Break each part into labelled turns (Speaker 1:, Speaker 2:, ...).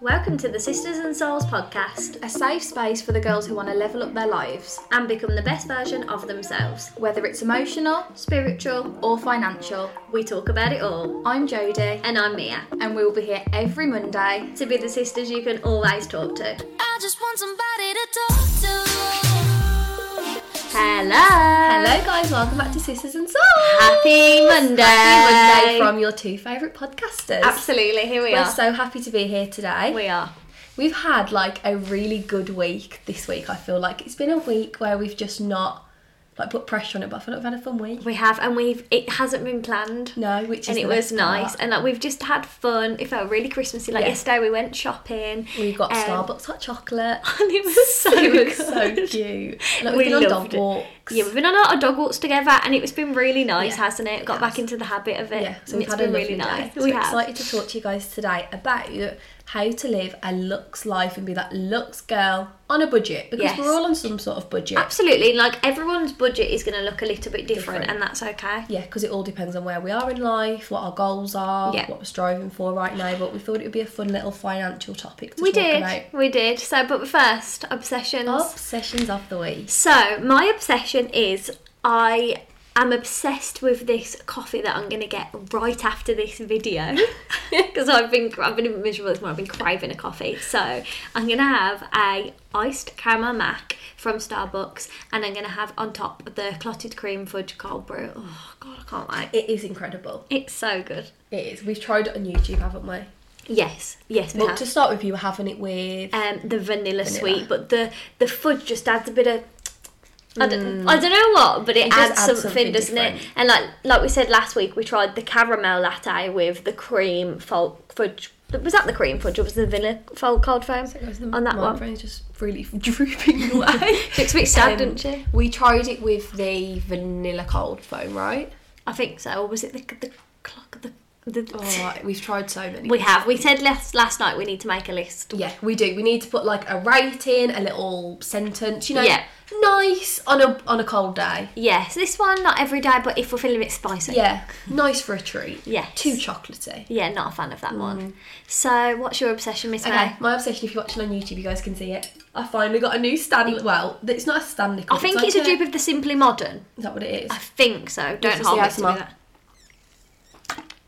Speaker 1: Welcome to the Sisters and Souls podcast,
Speaker 2: A safe space for the girls who want to level up their lives,
Speaker 1: and become the best version of themselves.
Speaker 2: whether it's emotional, spiritual, or financial.
Speaker 1: We talk about it all.
Speaker 2: I'm Jodie,
Speaker 1: And I'm Mia.
Speaker 2: and we will be here every Monday.
Speaker 1: To be the sisters you can always talk to.
Speaker 3: I just want somebody to talk to.
Speaker 1: Hello.
Speaker 2: Hello, guys, welcome back to Sisters and Souls.
Speaker 1: Happy Monday.
Speaker 2: Happy Monday from your two favourite podcasters.
Speaker 1: Absolutely. Here we
Speaker 2: We're
Speaker 1: are.
Speaker 2: so happy to be here today.
Speaker 1: we are.
Speaker 2: We've had like a really good week this week. I feel like it's been a week where we've just not like put pressure on it, but I feel like we've had a fun week.
Speaker 1: We have, and we've. It hasn't been planned.
Speaker 2: No, which is
Speaker 1: and
Speaker 2: the
Speaker 1: it was
Speaker 2: best part.
Speaker 1: nice, and like we've just had fun. It felt really Christmassy. Like
Speaker 2: Yeah.
Speaker 1: yesterday, we went shopping.
Speaker 2: We got
Speaker 1: um,
Speaker 2: Starbucks hot chocolate.
Speaker 1: and it was so
Speaker 2: it
Speaker 1: good.
Speaker 2: was so cute. Like,
Speaker 1: We
Speaker 2: we've been on
Speaker 1: loved
Speaker 2: dog
Speaker 1: it.
Speaker 2: walks.
Speaker 1: Yeah, we've been on a lot of dog walks together, and it's been really nice,
Speaker 2: Yeah,
Speaker 1: hasn't it? Got
Speaker 2: it
Speaker 1: back
Speaker 2: has.
Speaker 1: into the habit of it.
Speaker 2: Yeah,
Speaker 1: and
Speaker 2: so we've
Speaker 1: it's
Speaker 2: had a
Speaker 1: been
Speaker 2: lovely
Speaker 1: really nice.
Speaker 2: Day. So
Speaker 1: we have.
Speaker 2: excited to talk to you guys today about how to live a looks life and be that looks girl on a budget because
Speaker 1: Yes.
Speaker 2: we're all on some sort of budget.
Speaker 1: Absolutely, like everyone's budget is going to look a little bit different,
Speaker 2: Different.
Speaker 1: and that's okay.
Speaker 2: Yeah, because it all depends on where we are in life, what our goals are,
Speaker 1: Yeah.
Speaker 2: what we're striving for right now. But we thought it would be a fun little financial topic to
Speaker 1: we
Speaker 2: talk
Speaker 1: did,
Speaker 2: about.
Speaker 1: we did. So, but first, obsessions.
Speaker 2: Obsessions of the week.
Speaker 1: So, my obsession is I am obsessed with this coffee that I'm going to get right after this video because I've been I've been miserable this morning. I've been craving a coffee, so I'm going to have a iced caramel mac from Starbucks, and I'm going to have on top the clotted cream fudge cold brew. Oh god, I can't wait.
Speaker 2: It is incredible.
Speaker 1: It's so good.
Speaker 2: It is. We've tried it on YouTube, haven't we?
Speaker 1: Yes, yes. we
Speaker 2: Well,
Speaker 1: have.
Speaker 2: to start with, you were having it with.
Speaker 1: um, the vanilla,
Speaker 2: Vanilla.
Speaker 1: sweet, but the the fudge just adds a bit of. I don't, I don't know what, but Mm. it,
Speaker 2: It
Speaker 1: adds
Speaker 2: does add
Speaker 1: something,
Speaker 2: something
Speaker 1: doesn't it?
Speaker 2: different.
Speaker 1: And like like we said last week, we tried the caramel latte with the cream fol- fudge. Was that the cream fudge or was it the vanilla fol- cold foam on that
Speaker 2: my
Speaker 1: one?
Speaker 2: brain's just really drooping away.
Speaker 1: She looks a bit sad,
Speaker 2: Um,
Speaker 1: didn't she?
Speaker 2: We tried it with the vanilla cold foam, right?
Speaker 1: I think so. Or was it the the clock the the?
Speaker 2: Alright, we've tried so many.
Speaker 1: Oh, We have. We said last last night we need to make a list.
Speaker 2: yeah, we do. We need to put like a rating, a little sentence, you know,
Speaker 1: Yeah.
Speaker 2: nice on a on a cold day.
Speaker 1: Yes, this one not every day, but if we're feeling a bit spicy.
Speaker 2: Yeah, nice for a treat.
Speaker 1: Yes.
Speaker 2: too chocolatey.
Speaker 1: Yeah, not a fan of that one. So, what's your obsession, Miss May?
Speaker 2: Mm. Okay, my obsession. If you're watching on YouTube, you guys can see it. I finally got a new stand. Well, it's not a stand. Nickel,
Speaker 1: I think it's,
Speaker 2: like
Speaker 1: a dupe of the Simply Modern.
Speaker 2: Is that what it is?
Speaker 1: I think so. Don't
Speaker 2: just
Speaker 1: hold
Speaker 2: the
Speaker 1: me to
Speaker 2: asthma.
Speaker 1: that.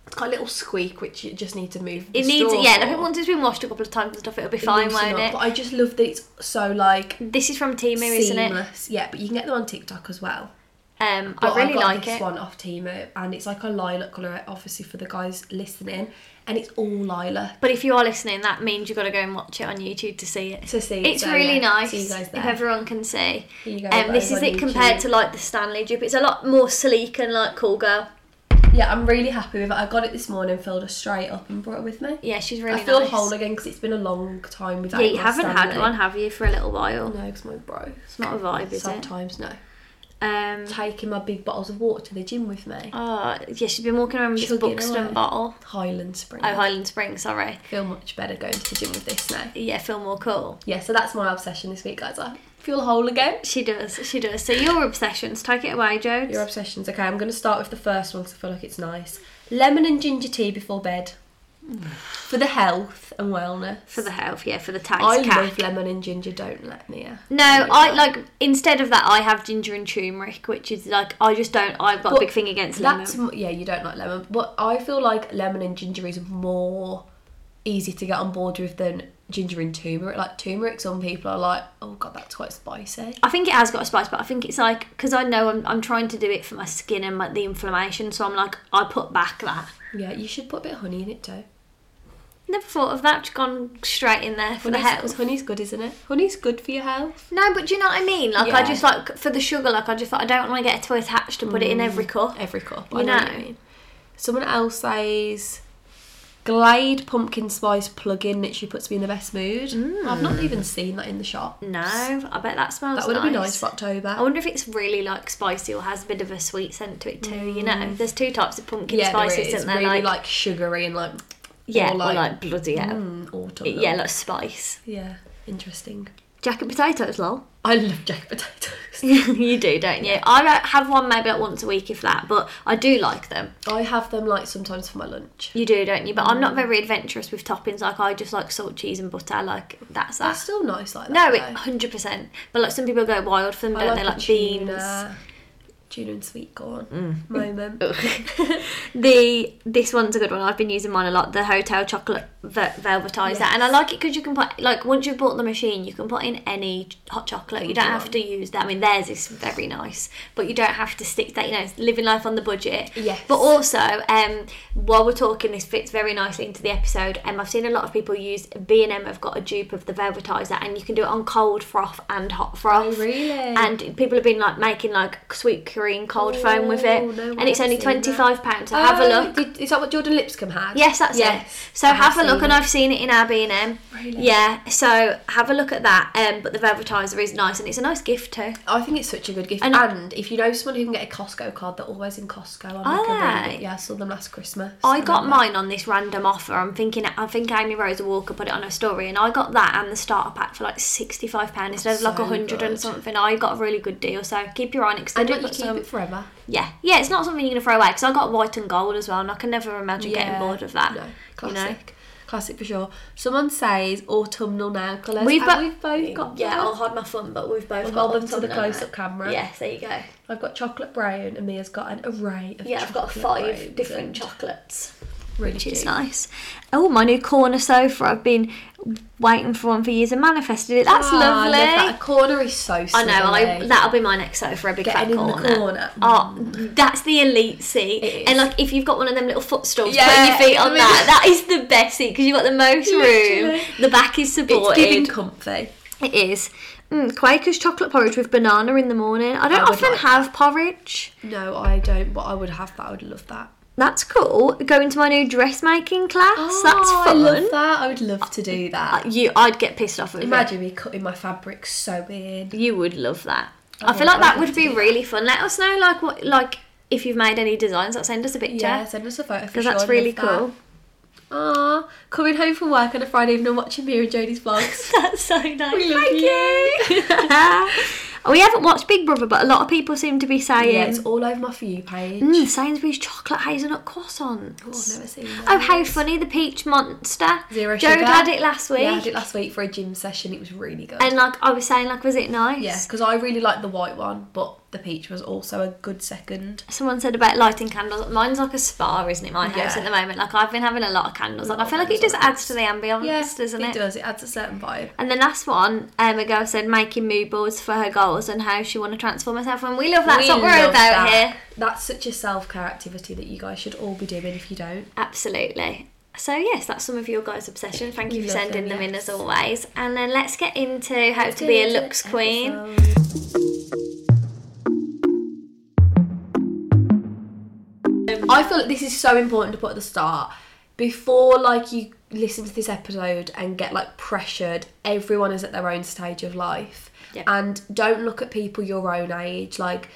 Speaker 2: It's got a little squeak, which you just need to move. the
Speaker 1: It needs,
Speaker 2: straw
Speaker 1: yeah. and I think
Speaker 2: for.
Speaker 1: once it's been washed a couple of times and stuff, it'll be
Speaker 2: It
Speaker 1: fine,
Speaker 2: loosen
Speaker 1: won't
Speaker 2: up,
Speaker 1: it?
Speaker 2: But I just love that it's so like
Speaker 1: This is from Timu, isn't it?
Speaker 2: seamless. Yeah, but you can get them on TikTok as well.
Speaker 1: Um,
Speaker 2: But
Speaker 1: I really
Speaker 2: got
Speaker 1: like
Speaker 2: this
Speaker 1: it.
Speaker 2: one off Timo, and it's like a lilac colour, obviously for the guys listening, and it's all lilac.
Speaker 1: But if you are listening, that means you've got to go and watch it on YouTube to see it.
Speaker 2: To see it,
Speaker 1: it's
Speaker 2: so,
Speaker 1: really
Speaker 2: yeah,
Speaker 1: nice.
Speaker 2: see you guys
Speaker 1: If
Speaker 2: there.
Speaker 1: everyone can see,
Speaker 2: Here you go,
Speaker 1: um, this is
Speaker 2: guys, on
Speaker 1: it compared
Speaker 2: YouTube.
Speaker 1: to like the Stanley dupe. It's a lot more sleek and like cool girl.
Speaker 2: Yeah, I'm really happy with it. I got it this morning, filled her straight up, and brought it with me.
Speaker 1: Yeah, she's really.
Speaker 2: I feel
Speaker 1: nice.
Speaker 2: whole again because it's been a long time without.
Speaker 1: Yeah, you
Speaker 2: my
Speaker 1: haven't had
Speaker 2: Stanley.
Speaker 1: one, have you, for a little while?
Speaker 2: No, because my bro. It's
Speaker 1: not a vibe, is it?
Speaker 2: Sometimes no.
Speaker 1: Um,
Speaker 2: Taking my big bottles of water to the gym with me.
Speaker 1: oh, yeah, she's been walking around with this
Speaker 2: Chugging away.
Speaker 1: Buxton bottle.
Speaker 2: Highland Spring.
Speaker 1: Oh, Highland Springs, sorry.
Speaker 2: feel much better going to the gym with this now.
Speaker 1: Yeah, feel more cool.
Speaker 2: Yeah, so that's my obsession this week, guys. I feel whole again.
Speaker 1: She does, she does. So your obsessions, take it away, Jones.
Speaker 2: Your obsessions. Okay, I'm going to start with the first one because I feel like it's nice. Lemon and ginger tea before bed. For the health and wellness.
Speaker 1: for the health, yeah, for the tax
Speaker 2: I
Speaker 1: cap.
Speaker 2: love lemon and ginger, don't let me. uh,
Speaker 1: No,
Speaker 2: tell you
Speaker 1: I
Speaker 2: that.
Speaker 1: like instead of that, I have ginger and turmeric, which is like I just don't. I've got a
Speaker 2: But
Speaker 1: big thing against lemon.
Speaker 2: that's m- yeah, you don't like lemon, but I feel like lemon and ginger is more easy to get on board with than ginger and turmeric. Like turmeric, some people are like, oh god, that's quite spicy.
Speaker 1: I think it has got a spice, but I think it's like because I know I'm, I'm trying to do it for my skin and like the inflammation, so I'm like I put back that.
Speaker 2: Yeah, you should put a bit of honey in it too.
Speaker 1: Never thought of that. Just gone straight in there for the
Speaker 2: Honey's, 'cause
Speaker 1: health.
Speaker 2: honey's good, isn't it? Honey's good for your health.
Speaker 1: No, but do you know what I mean? Like I
Speaker 2: Yeah.
Speaker 1: just like for the sugar, like I just thought I don't want to get too attached to put it in every cup.
Speaker 2: Mm. Every cup,
Speaker 1: You
Speaker 2: I know. what
Speaker 1: know.
Speaker 2: you mean. Someone else says. Glade pumpkin spice plug-in literally puts me in the best mood.
Speaker 1: Mm.
Speaker 2: I've not even seen that in the shop.
Speaker 1: No, I bet that smells.
Speaker 2: That would
Speaker 1: Mm, nice.
Speaker 2: have been nice for October.
Speaker 1: I wonder if it's really like spicy or has a bit of a sweet scent to it too. You know, there's two types of pumpkin
Speaker 2: Mm. yeah, there
Speaker 1: spices,
Speaker 2: is.
Speaker 1: isn't there?
Speaker 2: really like,
Speaker 1: like
Speaker 2: sugary and like
Speaker 1: yeah,
Speaker 2: or
Speaker 1: or like,
Speaker 2: like-
Speaker 1: bloody hell.
Speaker 2: mm, autumn.
Speaker 1: Yeah, like spice.
Speaker 2: Yeah, interesting.
Speaker 1: Jacket potatoes, lol.
Speaker 2: I love jack potatoes.
Speaker 1: you do, don't you? I like, have one maybe like once a week, if that, but I do like them.
Speaker 2: I have them like sometimes for my lunch.
Speaker 1: You do, don't you? But I'm not
Speaker 2: Mm.
Speaker 1: very adventurous with toppings. Like I just like salt, cheese, and butter. Like that's
Speaker 2: They're
Speaker 1: that.
Speaker 2: still nice like
Speaker 1: No,
Speaker 2: that.
Speaker 1: it
Speaker 2: though.
Speaker 1: hundred percent. But like some people go wild for them,
Speaker 2: I
Speaker 1: don't they?
Speaker 2: a
Speaker 1: Like beans. Mm.
Speaker 2: tuna, tuna and sweet corn moment.
Speaker 1: The this one's a good one. I've been using mine a lot. The hotel chocolate ve- velvetizer, and I like it because you can put like once you've bought the machine, you can put in any hot chocolate. you don't
Speaker 2: you
Speaker 1: have
Speaker 2: want.
Speaker 1: to use that. I mean, theirs is very nice, but you don't have to stick that. You know, it's living life on the budget.
Speaker 2: Yes.
Speaker 1: But also, um, while we're talking, this fits very nicely into the episode. Um, I've seen a lot of people use B and M. Have got a dupe of the velvetizer, and you can do it on cold froth and hot froth.
Speaker 2: Oh, really?
Speaker 1: And people have been like making like sweet cream cold foam with it,
Speaker 2: Oh, no,
Speaker 1: and it's
Speaker 2: I've
Speaker 1: only
Speaker 2: seen that.
Speaker 1: twenty five pounds. So have a
Speaker 2: Oh,
Speaker 1: look.
Speaker 2: Did, is that what Jordan Lipscomb had?
Speaker 1: Yes, that's
Speaker 2: Yes,
Speaker 1: it. So
Speaker 2: I
Speaker 1: have,
Speaker 2: have
Speaker 1: a look,
Speaker 2: seen
Speaker 1: and
Speaker 2: it.
Speaker 1: I've seen it in our B and M.
Speaker 2: Really?
Speaker 1: Yeah. So have a look at that. Um, but the velvetizer is nice, and it's a nice gift too.
Speaker 2: I think it's such a good gift.
Speaker 1: And-
Speaker 2: And, if you know someone who can get a Costco card, they're always in Costco. I'm like
Speaker 1: Are
Speaker 2: a
Speaker 1: they?
Speaker 2: really, yeah, I saw them last Christmas.
Speaker 1: I got
Speaker 2: remember.
Speaker 1: mine on this random offer. I'm thinking, I think Amy Rose Walker put it on her story, and I got that and the starter pack for like sixty five pounds instead of like
Speaker 2: so
Speaker 1: a hundred and
Speaker 2: good.
Speaker 1: something. I got a really good deal, so keep your eye on it. 'cause I
Speaker 2: And
Speaker 1: do
Speaker 2: like you
Speaker 1: put
Speaker 2: keep
Speaker 1: some-
Speaker 2: it forever.
Speaker 1: Yeah, yeah, it's not something you're gonna throw away because I got white and gold as well, and I can never imagine getting bored of that.
Speaker 2: No,
Speaker 1: you
Speaker 2: classic.
Speaker 1: know?
Speaker 2: Classic for sure. Someone says autumnal nail colours.
Speaker 1: We've
Speaker 2: We've,
Speaker 1: bo-
Speaker 2: we've both got
Speaker 1: Yeah,
Speaker 2: that.
Speaker 1: I'll hide my phone, but we've both
Speaker 2: We'll
Speaker 1: got
Speaker 2: hold them to the
Speaker 1: autumn and
Speaker 2: close-up
Speaker 1: that.
Speaker 2: camera.
Speaker 1: Yes, there you go.
Speaker 2: I've got chocolate brown and Mia's got an array of
Speaker 1: Yeah, I've got
Speaker 2: chocolate
Speaker 1: five
Speaker 2: browns
Speaker 1: different
Speaker 2: and
Speaker 1: chocolates,
Speaker 2: really
Speaker 1: which is
Speaker 2: cute.
Speaker 1: nice. Oh, my new corner sofa. I've been waiting for one for years and manifested it. That's
Speaker 2: Ah, I love
Speaker 1: lovely.
Speaker 2: that. A corner is so
Speaker 1: I know. I
Speaker 2: snuggly.
Speaker 1: that'll be my next sofa. A big
Speaker 2: Getting
Speaker 1: fat
Speaker 2: in the
Speaker 1: corner.
Speaker 2: corner.
Speaker 1: Oh, that's the elite seat.
Speaker 2: It is.
Speaker 1: And like, if you've got one of them little footstools,
Speaker 2: Yeah,
Speaker 1: put your feet
Speaker 2: I
Speaker 1: on
Speaker 2: mean-
Speaker 1: that. That is the best seat because you've got the most room.
Speaker 2: Literally.
Speaker 1: The back is
Speaker 2: It's
Speaker 1: supported.
Speaker 2: giving comfy.
Speaker 1: It is. Mm, Quaker's chocolate porridge with banana in the morning. I don't
Speaker 2: I would
Speaker 1: often
Speaker 2: like
Speaker 1: have porridge.
Speaker 2: No, I don't, but I would have that. I would love that.
Speaker 1: That's cool. Going to my new dressmaking class. That's
Speaker 2: Oh,
Speaker 1: fun.
Speaker 2: I love that. I would love to do
Speaker 1: Uh,
Speaker 2: that.
Speaker 1: You, I'd get pissed off with it.
Speaker 2: Imagine me cutting my fabric sewing.
Speaker 1: You would love that. I,
Speaker 2: I
Speaker 1: feel
Speaker 2: would-
Speaker 1: like
Speaker 2: I'd
Speaker 1: that
Speaker 2: love
Speaker 1: would
Speaker 2: to
Speaker 1: be
Speaker 2: do that.
Speaker 1: really fun. Let us know, like what, like if you've made any designs. Like, send us a picture.
Speaker 2: Yeah, send us a photo for
Speaker 1: because
Speaker 2: sure.
Speaker 1: that's
Speaker 2: I'd
Speaker 1: really
Speaker 2: love that.
Speaker 1: cool.
Speaker 2: Aw, coming home from work on a Friday evening and watching Mira and Jodie's vlogs.
Speaker 1: That's so nice.
Speaker 2: We love
Speaker 1: Thank you. we haven't watched Big Brother, but a lot of people seem to be saying
Speaker 2: yeah, it's all over my For You page.
Speaker 1: Mm, Sainsbury's chocolate hazelnut croissants.
Speaker 2: Oh, I've never seen
Speaker 1: Oh,
Speaker 2: those.
Speaker 1: how funny! The peach monster.
Speaker 2: Zero
Speaker 1: Jode
Speaker 2: sugar.
Speaker 1: had it last week,
Speaker 2: Yeah, I had it last week for a gym session. It was really good.
Speaker 1: and like I was saying, like was it nice?
Speaker 2: yeah, because I really liked the white one, but the peach was also a good second.
Speaker 1: Someone said about lighting candles. Mine's like a spa, isn't it? My house
Speaker 2: Yeah.
Speaker 1: at the moment. Like I've been having a lot of candles. Like I
Speaker 2: Lot of
Speaker 1: feel like it
Speaker 2: candles
Speaker 1: just
Speaker 2: on
Speaker 1: adds to the ambience, doesn't it?
Speaker 2: it does. It adds a certain vibe.
Speaker 1: And the last one, um, a girl said making mood boards for her goals and how she want to transform herself. And we love that. That's
Speaker 2: We
Speaker 1: what we're
Speaker 2: love
Speaker 1: about
Speaker 2: that.
Speaker 1: here.
Speaker 2: That's such a self care activity that you guys should all be doing if you don't.
Speaker 1: Absolutely. So yes, that's some of your guys' obsession. Thank you
Speaker 2: We
Speaker 1: for
Speaker 2: love
Speaker 1: sending
Speaker 2: them,
Speaker 1: them in
Speaker 2: yes.
Speaker 1: as always. And then let's get into how to be a looks queen.
Speaker 2: Um, I feel like this is so important to put at the start before like you listen to this episode and get like pressured. Everyone is at their own stage of life.
Speaker 1: Yeah.
Speaker 2: And don't look at people your own age. Like,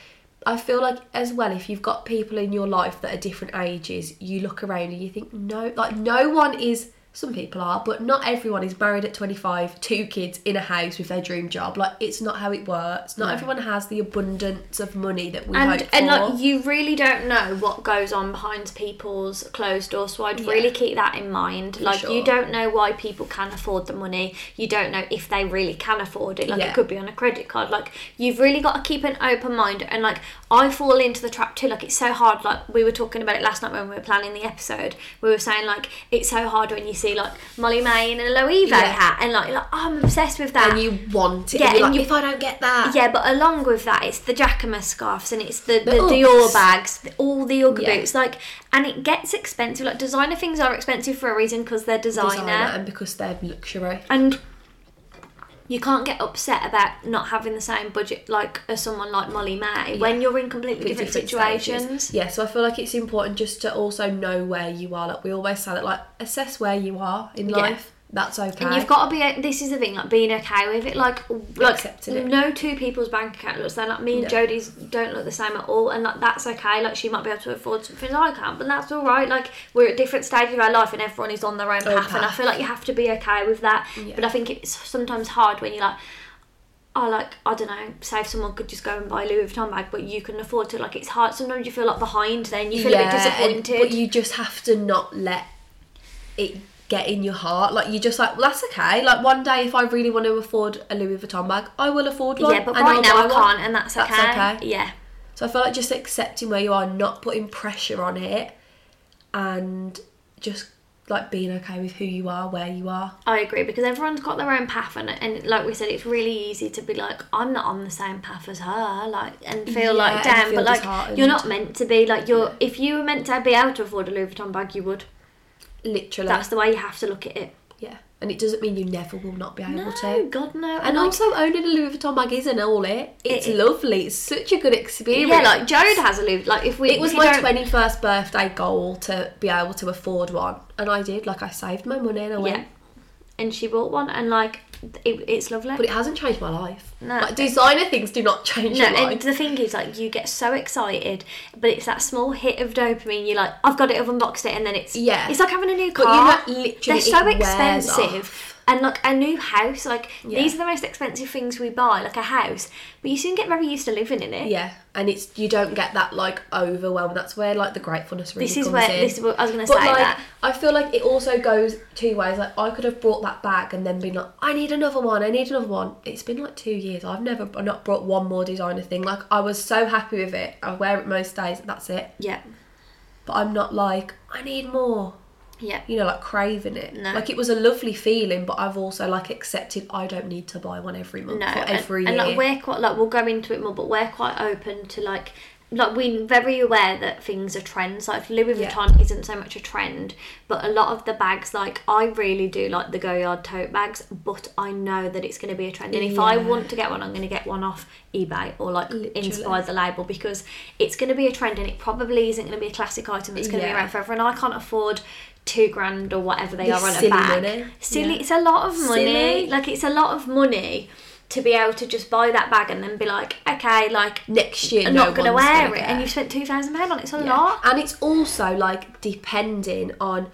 Speaker 2: I feel like as well, if you've got people in your life that are different ages, you look around and you think, no, like, no one is. Some people are, but not everyone is married at 25, two kids in a house with their dream job. Like, it's not how it works. Not everyone has the abundance of money that we
Speaker 1: and
Speaker 2: hope for.
Speaker 1: and like you really don't know what goes on behind people's closed doors so i'd really keep that in mind like
Speaker 2: sure.
Speaker 1: you don't know why people can afford the money you don't know if they really can afford it like
Speaker 2: Yeah.
Speaker 1: it could be on a credit card like you've really got to keep an open mind and like i fall into the trap too like it's so hard like we were talking about it last night when we were planning the episode we were saying like it's so hard when you see like molly may in a loewe hat and like, you're like oh, i'm obsessed with that
Speaker 2: and you want it.
Speaker 1: Yeah,
Speaker 2: and you're
Speaker 1: and
Speaker 2: like,
Speaker 1: you-
Speaker 2: if I don't get that.
Speaker 1: yeah, but along with that, it's the Jacquemus scarves and it's the, the,
Speaker 2: Uggs.
Speaker 1: Dior bags, the, all the Ugg
Speaker 2: Yeah.
Speaker 1: boots. Like, and it gets expensive. Like, designer things are expensive for a reason because they're designer.
Speaker 2: designer and because they're luxury.
Speaker 1: And you can't get upset about not having the same budget like as someone like Molly May when you're in completely
Speaker 2: With
Speaker 1: different,
Speaker 2: different stages.
Speaker 1: situations.
Speaker 2: Yeah, so I feel like it's important just to also know where you are. Like we always say that, like assess where you are in life. That's okay.
Speaker 1: And you've got to be. This is the thing, like being okay with it. Like, like
Speaker 2: Accepting it.
Speaker 1: no two people's bank account looks the same. Like me and Jodie's don't look the same at all, and like that's okay. Like she might be able to afford something I can't, but that's all right. Like we're at different stages of our life, and everyone is on their own path, and I
Speaker 2: path.
Speaker 1: feel like you have to be okay with that. But I think it's sometimes hard when you're like. Oh, like I don't know. Say if someone could just go and buy a Louis Vuitton bag, but you can afford to. Like it's hard. Sometimes you feel like behind. Then you feel a bit
Speaker 2: and-
Speaker 1: disappointed.
Speaker 2: but you just have to not let it get in your heart. Like you're just like, well, that's okay. Like one day, if I really want to afford a Louis Vuitton bag, I will afford one.
Speaker 1: yeah, but
Speaker 2: and
Speaker 1: right
Speaker 2: I'll
Speaker 1: now
Speaker 2: buy
Speaker 1: I
Speaker 2: one.
Speaker 1: can't, and that's okay.
Speaker 2: That's okay.
Speaker 1: Yeah.
Speaker 2: So I feel like just accepting where you are, not putting pressure on it, and just like being okay with who you are, where you are.
Speaker 1: I agree because everyone's got their own path and, and like we said it's really easy to be like I'm not on the same path as her like and feel like
Speaker 2: and
Speaker 1: damn
Speaker 2: feel
Speaker 1: but like
Speaker 2: disheartened.
Speaker 1: you're not meant to be like you're if you were meant to be able to afford a Louis Vuitton bag you would
Speaker 2: Literally.
Speaker 1: that's the way you have to look at it
Speaker 2: Yeah, and it doesn't mean you never will not be able
Speaker 1: no
Speaker 2: to.
Speaker 1: god no
Speaker 2: Oh, And
Speaker 1: like,
Speaker 2: also owning a Louis Vuitton bag isn't all it. It's
Speaker 1: It-
Speaker 2: lovely. It's such a good experience.
Speaker 1: yeah like Jode has a Louis like if we
Speaker 2: it was
Speaker 1: if you
Speaker 2: my
Speaker 1: don't-
Speaker 2: twenty first birthday goal to be able to afford one, and I did. Like I saved my money and I
Speaker 1: yeah
Speaker 2: went.
Speaker 1: and she bought one and like it, it's lovely
Speaker 2: But it hasn't changed my life.
Speaker 1: No.
Speaker 2: Like designer things do not change
Speaker 1: No,
Speaker 2: your life.
Speaker 1: and the thing is, like, you get so excited, but it's that small hit of dopamine. You're like, I've got it, I've unboxed it, and then it's
Speaker 2: Yeah.
Speaker 1: it's like having a new
Speaker 2: But
Speaker 1: car.
Speaker 2: you know,
Speaker 1: they're
Speaker 2: literally,
Speaker 1: so
Speaker 2: it wears
Speaker 1: expensive, and like a new house. Like these are the most expensive things we buy, like a house. But you soon get very used to living in it.
Speaker 2: Yeah, and it's you don't get that like overwhelm. That's where like the gratefulness really
Speaker 1: This is
Speaker 2: comes
Speaker 1: where-
Speaker 2: in.
Speaker 1: this is what I was gonna
Speaker 2: But,
Speaker 1: say,
Speaker 2: Like,
Speaker 1: that.
Speaker 2: I feel like it also goes two ways. Like I could have brought that back and then been like, I need another one. I need another one. It's been like two years. I've never I've not brought one more designer thing. Like I was so happy with it. I wear it most days. That's it.
Speaker 1: yeah,
Speaker 2: But I'm not like I need more.
Speaker 1: yeah.
Speaker 2: You know, like craving it.
Speaker 1: No.
Speaker 2: Like it was a lovely feeling, but I've also like accepted I don't need to buy one every month
Speaker 1: no,
Speaker 2: or
Speaker 1: and-
Speaker 2: every
Speaker 1: and,
Speaker 2: year.
Speaker 1: like we're quite like we'll go into it more, but we're quite open to like like we're very aware that things are trends. Like if Louis
Speaker 2: Yeah.
Speaker 1: Vuitton isn't so much a trend, but a lot of the bags, like I really do like the Goyard tote bags, but I know that it's going to be a trend. And if I
Speaker 2: Yeah.
Speaker 1: want to get one, I'm going to get one off eBay or like
Speaker 2: Literally.
Speaker 1: Inspire the label because it's going to be a trend, and it probably isn't going to be a classic item that's going to
Speaker 2: Yeah.
Speaker 1: be around forever. And I can't afford two grand or whatever they
Speaker 2: The
Speaker 1: are on a
Speaker 2: silly
Speaker 1: bag.
Speaker 2: money.
Speaker 1: Silly,
Speaker 2: Yeah.
Speaker 1: it's a lot of money.
Speaker 2: Silly.
Speaker 1: Like it's a lot of money to be able to just buy that bag and then be like, okay, like
Speaker 2: Next year,
Speaker 1: I'm
Speaker 2: no
Speaker 1: not gonna
Speaker 2: one's
Speaker 1: wear
Speaker 2: gonna
Speaker 1: it,
Speaker 2: care.
Speaker 1: and you've spent two thousand pound on it. It's a
Speaker 2: Yeah.
Speaker 1: lot.
Speaker 2: And it's also like depending on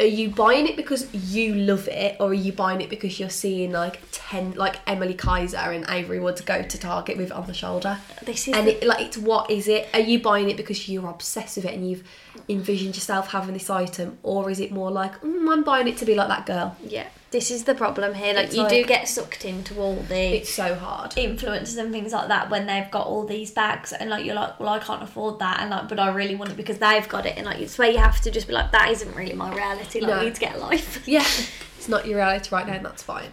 Speaker 2: are you buying it because you love it or are you buying it because you're seeing like 10 like Emily Kaiser and Avery Woods go to Target with it on the shoulder
Speaker 1: This is
Speaker 2: and
Speaker 1: the-
Speaker 2: it, like it's what is it are you buying it because you're obsessed with it and you've envisioned yourself having this item or is it more like mm, I'm buying it to be like that girl
Speaker 1: Yeah, this is the problem here. Like
Speaker 2: It's
Speaker 1: you do
Speaker 2: like-
Speaker 1: get sucked into all the
Speaker 2: it's so hard
Speaker 1: influencers and things like that when they've got all these bags and like you're like well I can't afford that and like but I really want it because they've got it and like it's where you have to just be like that isn't really my reality like
Speaker 2: No.
Speaker 1: I need to get a life
Speaker 2: yeah it's not your reality right now and that's fine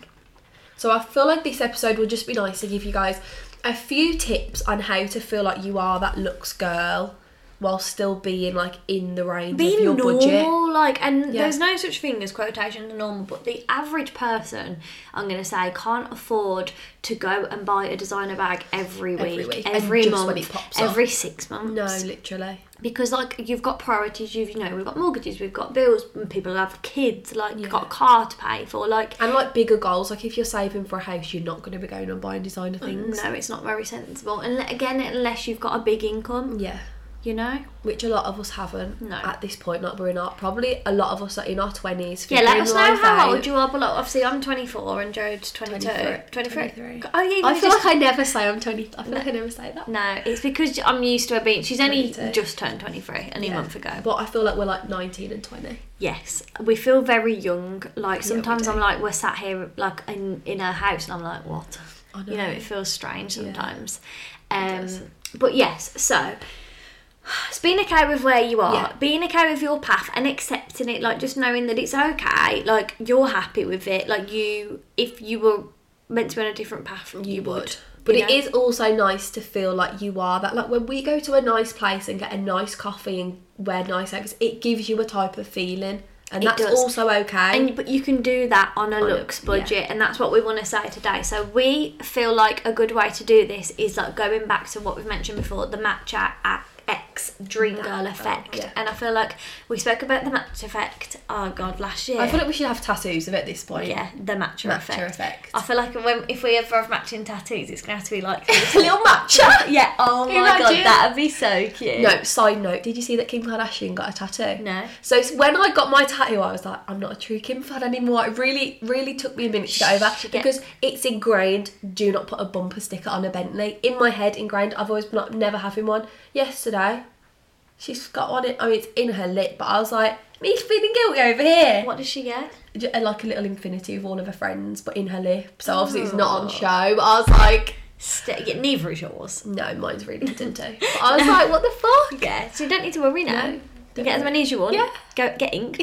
Speaker 2: so i feel like this episode will just be nice to give you guys a few tips on how to feel like you are that looks girl while still being like in the range of your
Speaker 1: being normal,
Speaker 2: budget.
Speaker 1: like, and
Speaker 2: Yeah.
Speaker 1: there's no such thing as quotations normal, but the average person, I'm going to say, can't afford to go and buy a designer bag every week,
Speaker 2: Every
Speaker 1: every,
Speaker 2: week, and just
Speaker 1: month,
Speaker 2: when it pops up.
Speaker 1: every six months.
Speaker 2: No, literally.
Speaker 1: because like you've got priorities you've you know we've got mortgages we've got bills and people have kids like you've got a car to pay for like
Speaker 2: And like bigger goals, like if you're saving for a house, you're not going to be going and buying designer things.
Speaker 1: Mm, no it's not very sensible and again unless you've got a big income
Speaker 2: Yeah.
Speaker 1: you know
Speaker 2: Which a lot of us haven't
Speaker 1: No.
Speaker 2: at this point, like we're in our probably a lot of us are in our twenties.
Speaker 1: yeah let us know how old you are below obviously I'm 24 and Jode's 22 23,
Speaker 2: 23.
Speaker 1: oh yeah even
Speaker 2: I
Speaker 1: if
Speaker 2: feel
Speaker 1: it's-
Speaker 2: like I never say I'm twenty. I feel like I never say that.
Speaker 1: no it's because I'm used to her being she's only
Speaker 2: 22.
Speaker 1: just turned 23 only a month ago
Speaker 2: But I feel like we're like nineteen and twenty.
Speaker 1: Yes, we feel very young. Like
Speaker 2: we
Speaker 1: sometimes
Speaker 2: do.
Speaker 1: I'm like we're sat here like in in our house, and I'm like, what? You know,
Speaker 2: know.
Speaker 1: it feels strange sometimes. Um, but yes, so it's being okay with where you are,
Speaker 2: Yeah.
Speaker 1: being okay with your path, and accepting it. Like just knowing that it's okay. Like you're happy with it. Like you, if you were meant to be on a different path, you, would.
Speaker 2: But
Speaker 1: you
Speaker 2: it
Speaker 1: know?
Speaker 2: is also nice to feel like you are that. Like when we go to a nice place and get a nice coffee and wear nice outfits, it gives you a type of feeling, and
Speaker 1: It
Speaker 2: that's
Speaker 1: does.
Speaker 2: also okay.
Speaker 1: And but you can do that on a looks
Speaker 2: yeah.
Speaker 1: budget, and that's what we want to say today. So we feel like a good way to do this is like going back to what we've mentioned before, the matcha a- X dream girl effect.
Speaker 2: yeah.
Speaker 1: And I feel like we spoke about the matcha effect. Oh god, last year.
Speaker 2: I feel like we should have tattoos of it at this point.
Speaker 1: yeah, the matcha,
Speaker 2: Matcha
Speaker 1: effect.
Speaker 2: effect.
Speaker 1: I feel like when, if we ever have matching tattoos, it's gonna have to be like
Speaker 2: a little matcha.
Speaker 1: yeah. Oh my
Speaker 2: Imagine.
Speaker 1: god, that'd be so cute.
Speaker 2: No, side note, did you see that Kim Kardashian got a tattoo?
Speaker 1: No.
Speaker 2: So it's- when I got my tattoo, I was like, I'm not a true Kim fan anymore. It really, really took me a minute to get over
Speaker 1: She gets-
Speaker 2: because it's ingrained. Do not put a bumper sticker on a Bentley. In my head, ingrained. I've always been like, never having one. Yesterday, she's got on it. I mean, it's in her lip, but I was like, me feeling guilty over here.
Speaker 1: What does she get?
Speaker 2: J- uh, Like a little infinity of all of her friends, but in her lip. So obviously it's not
Speaker 1: Oh.
Speaker 2: on show. But I was like,
Speaker 1: St- yeah, neither is yours.
Speaker 2: no, mine's really didn't do. But I was like, what the fuck?
Speaker 1: Yeah, so you don't need to worry now. you get as many as you want.
Speaker 2: Yeah.
Speaker 1: Go get ink.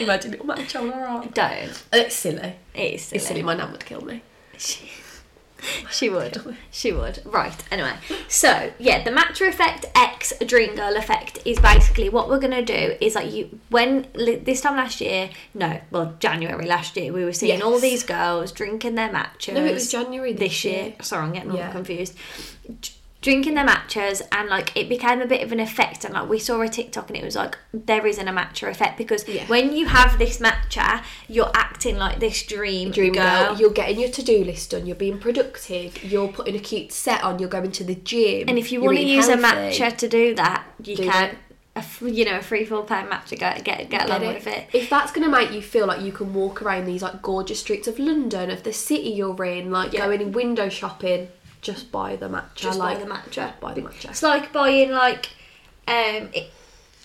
Speaker 2: Imagine it match on her arm.
Speaker 1: don't.
Speaker 2: Uh, It's silly.
Speaker 1: It's silly.
Speaker 2: It's silly. My nan would kill me.
Speaker 1: She, she would. She would. Right. Anyway. So yeah, the matcha effect X dream girl effect is basically what we're gonna do is like you when li- this time last year, no, well January last year, we were seeing all
Speaker 2: Yes.
Speaker 1: these girls drinking their matchas.
Speaker 2: No, it was January this
Speaker 1: year.
Speaker 2: year.
Speaker 1: Sorry, I'm getting
Speaker 2: Yeah.
Speaker 1: all confused. D- Drinking their matchas and like it became a bit of an effect and like we saw a TikTok and it was like there isn't a matcha effect because
Speaker 2: Yeah.
Speaker 1: when you have this matcha you're acting like this dream,
Speaker 2: Dream girl. you're getting your to-do list done. You're being productive. You're putting a cute set on. You're going to the gym.
Speaker 1: And if you
Speaker 2: you're
Speaker 1: want to
Speaker 2: eating
Speaker 1: use a
Speaker 2: healthy.
Speaker 1: matcha to do that, you
Speaker 2: Do
Speaker 1: can.
Speaker 2: it.
Speaker 1: A f- you know, a free four pound matcha get get, get
Speaker 2: Get
Speaker 1: along
Speaker 2: it?
Speaker 1: with it.
Speaker 2: If that's going to make you feel like you can walk around these like gorgeous streets of London, of the city you're in, like
Speaker 1: Yeah.
Speaker 2: going in window shopping, just buy the matcha.
Speaker 1: Just
Speaker 2: like,
Speaker 1: buy the matcha.
Speaker 2: Buy the
Speaker 1: It's
Speaker 2: matcha.
Speaker 1: like buying like, um, it,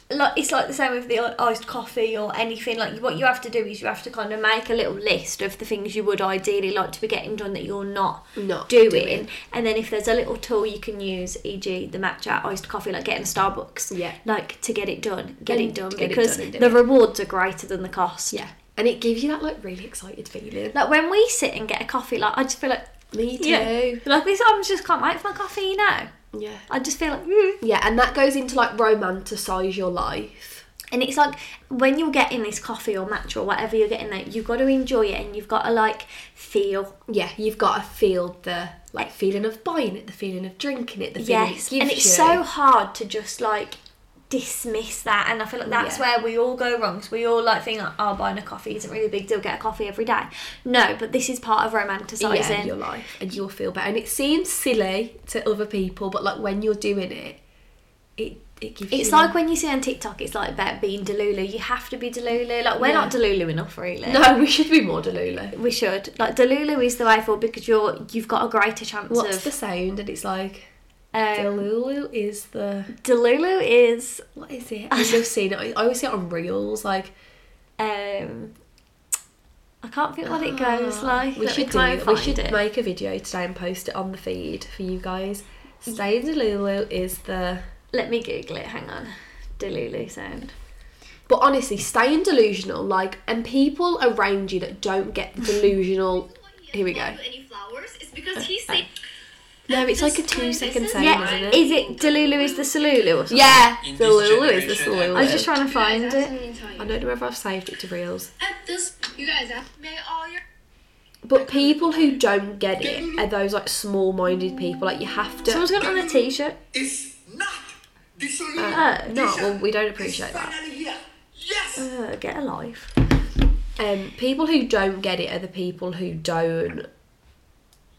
Speaker 1: like it's like the same with the i- iced coffee or anything. Like what you have to do is you have to kind of make a little list of the things you would ideally like to be getting done that you're not,
Speaker 2: Not
Speaker 1: doing.
Speaker 2: doing.
Speaker 1: And then if there's a little tool you can use, e.g. the matcha iced coffee, like getting Starbucks,
Speaker 2: Yeah.
Speaker 1: like to get it done, get
Speaker 2: And
Speaker 1: it done
Speaker 2: get it
Speaker 1: because
Speaker 2: done and do
Speaker 1: the
Speaker 2: it.
Speaker 1: rewards are greater than the cost.
Speaker 2: Yeah, and it gives you that like really excited feeling.
Speaker 1: Like when we sit and get a coffee, like I just feel like
Speaker 2: Me too.
Speaker 1: yeah, like this. I just can't wait for my coffee. You know,
Speaker 2: Yeah.
Speaker 1: I just feel like, mm.
Speaker 2: Yeah, and that goes into like romanticize your life.
Speaker 1: and it's like when you're getting this coffee or matcha or whatever you're getting there, you've got to enjoy it and you've got to like feel
Speaker 2: yeah, you've got to feel the like feeling of buying it, the feeling of drinking it, the feeling
Speaker 1: yes,
Speaker 2: it gives
Speaker 1: and it's
Speaker 2: you.
Speaker 1: so hard to just like dismiss that and I feel like that's
Speaker 2: Yeah.
Speaker 1: where we all go wrong so we all like think like, oh buying a coffee isn't really a big deal get a coffee every day no but this is part of romanticising
Speaker 2: yeah, in your life, and you'll feel better. And it seems silly to other people, but like when you're doing it, it it gives.
Speaker 1: It's
Speaker 2: you
Speaker 1: like when you see on TikTok, it's like about being Delulu. You have to be Delulu. Like we're
Speaker 2: Yeah.
Speaker 1: not Delulu enough, really.
Speaker 2: no, we should be more Delulu.
Speaker 1: we should. Like Delulu is the way forward because you're you've got a greater chance
Speaker 2: What's
Speaker 1: of.
Speaker 2: the sound? And it's like
Speaker 1: um,
Speaker 2: Delulu is the
Speaker 1: Delulu is
Speaker 2: what is it? I have seen it. I always see it on reels. Like
Speaker 1: um, I can't think what it goes like.
Speaker 2: Ah, we
Speaker 1: Let me
Speaker 2: should do.
Speaker 1: try
Speaker 2: it.
Speaker 1: and
Speaker 2: We
Speaker 1: find
Speaker 2: should
Speaker 1: it.
Speaker 2: make a video today and post it on the feed for you guys. Stay Delulu is the
Speaker 1: Let me Google it. Hang on. Delulu sound.
Speaker 2: But honestly, staying delusional, like, and people around you that don't get the delusional. Here we go. Uh,
Speaker 4: any flowers is because he said
Speaker 2: No, it's like a two second saying, isn't
Speaker 1: Yeah,
Speaker 2: it?
Speaker 1: is it Delulu is the Salulu or something?
Speaker 2: Yeah,
Speaker 4: In
Speaker 2: the
Speaker 4: this
Speaker 2: Lulu is the
Speaker 4: generation,
Speaker 2: Lulu.
Speaker 1: I was just trying to find it.
Speaker 2: I don't know whether I've saved it to reels.
Speaker 3: this, you guys have made all your.
Speaker 2: But people who don't get it are those like small minded people. Like you have to. Uh,
Speaker 1: Someone's got it on a t shirt.
Speaker 4: It's not the solution.
Speaker 1: Oh,
Speaker 2: no, well, we don't appreciate that.
Speaker 4: Finally here. Yes.
Speaker 1: Uh, get a life.
Speaker 2: Um, people who don't get it are the people who don't,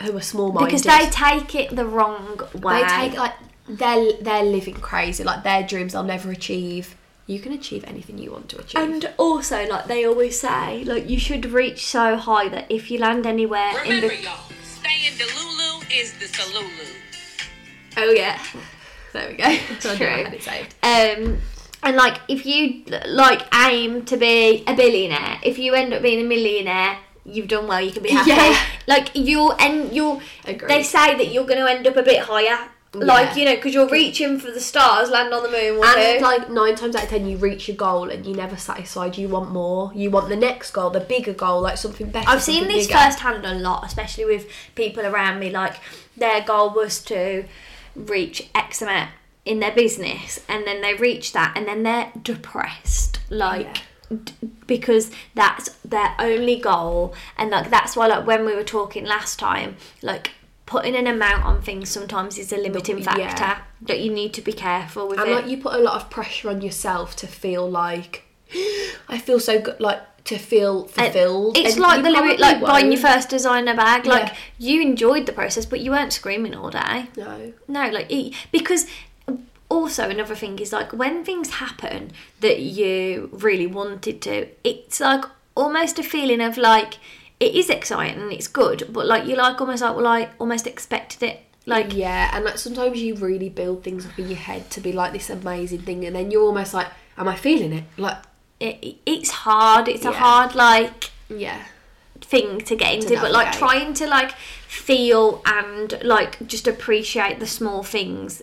Speaker 2: who are small minded.
Speaker 1: Because they take it the wrong way.
Speaker 2: they take like they're they're living crazy. Like their dreams they'll never achieve. You can achieve anything you want to achieve.
Speaker 1: And also, like they always say, like you should reach so high that if you land anywhere in
Speaker 5: Remember,
Speaker 1: the
Speaker 5: y'all, staying Delulu is the Salulu.
Speaker 2: oh yeah, there we go. I don't know, I had it saved.
Speaker 1: um, and like if you like aim to be a billionaire, if you end up being a millionaire, you've done well. You can be happy.
Speaker 2: Yeah.
Speaker 1: Like you'll and you'll.
Speaker 2: Agreed.
Speaker 1: They say that you're going to end up a bit higher. Like
Speaker 2: Yeah.
Speaker 1: you know, because you're reaching for the stars, land on the moon,
Speaker 2: And
Speaker 1: whatever.
Speaker 2: like nine times out of ten, you reach your goal and you never satisfied. You want more. You want the next goal, the bigger goal, like something better.
Speaker 1: I've seen
Speaker 2: something
Speaker 1: this
Speaker 2: bigger.
Speaker 1: firsthand a lot, especially with people around me. Like their goal was to reach X amount in their business, and then they reach that, and then they're depressed, like d- because that's their only goal, and like that's why, like when we were talking last time, like putting an amount on things sometimes is a limiting
Speaker 2: Yeah.
Speaker 1: factor that you need to be careful with
Speaker 2: And
Speaker 1: it.
Speaker 2: like you put a lot of pressure on yourself to feel like I feel so good, like to feel fulfilled.
Speaker 1: It's
Speaker 2: and
Speaker 1: like
Speaker 2: you
Speaker 1: the lyric,
Speaker 2: probably
Speaker 1: like buying your
Speaker 2: won't.
Speaker 1: first designer bag. Like
Speaker 2: Yeah.
Speaker 1: you enjoyed the process, but you weren't screaming all day.
Speaker 2: No.
Speaker 1: No, like it, because also another thing is like when things happen that you really wanted to, it's like almost a feeling of like it is exciting and it's good, but like you're like almost like well I almost expected it. Like
Speaker 2: Yeah, and like sometimes you really build things up in your head to be like this amazing thing, and then you're almost like, "Am I feeling it?" Like,
Speaker 1: it, it- it's hard. It's a
Speaker 2: Yeah.
Speaker 1: hard like
Speaker 2: yeah,
Speaker 1: thing to get into, but like
Speaker 2: navigate.
Speaker 1: trying to like feel and like just appreciate the small things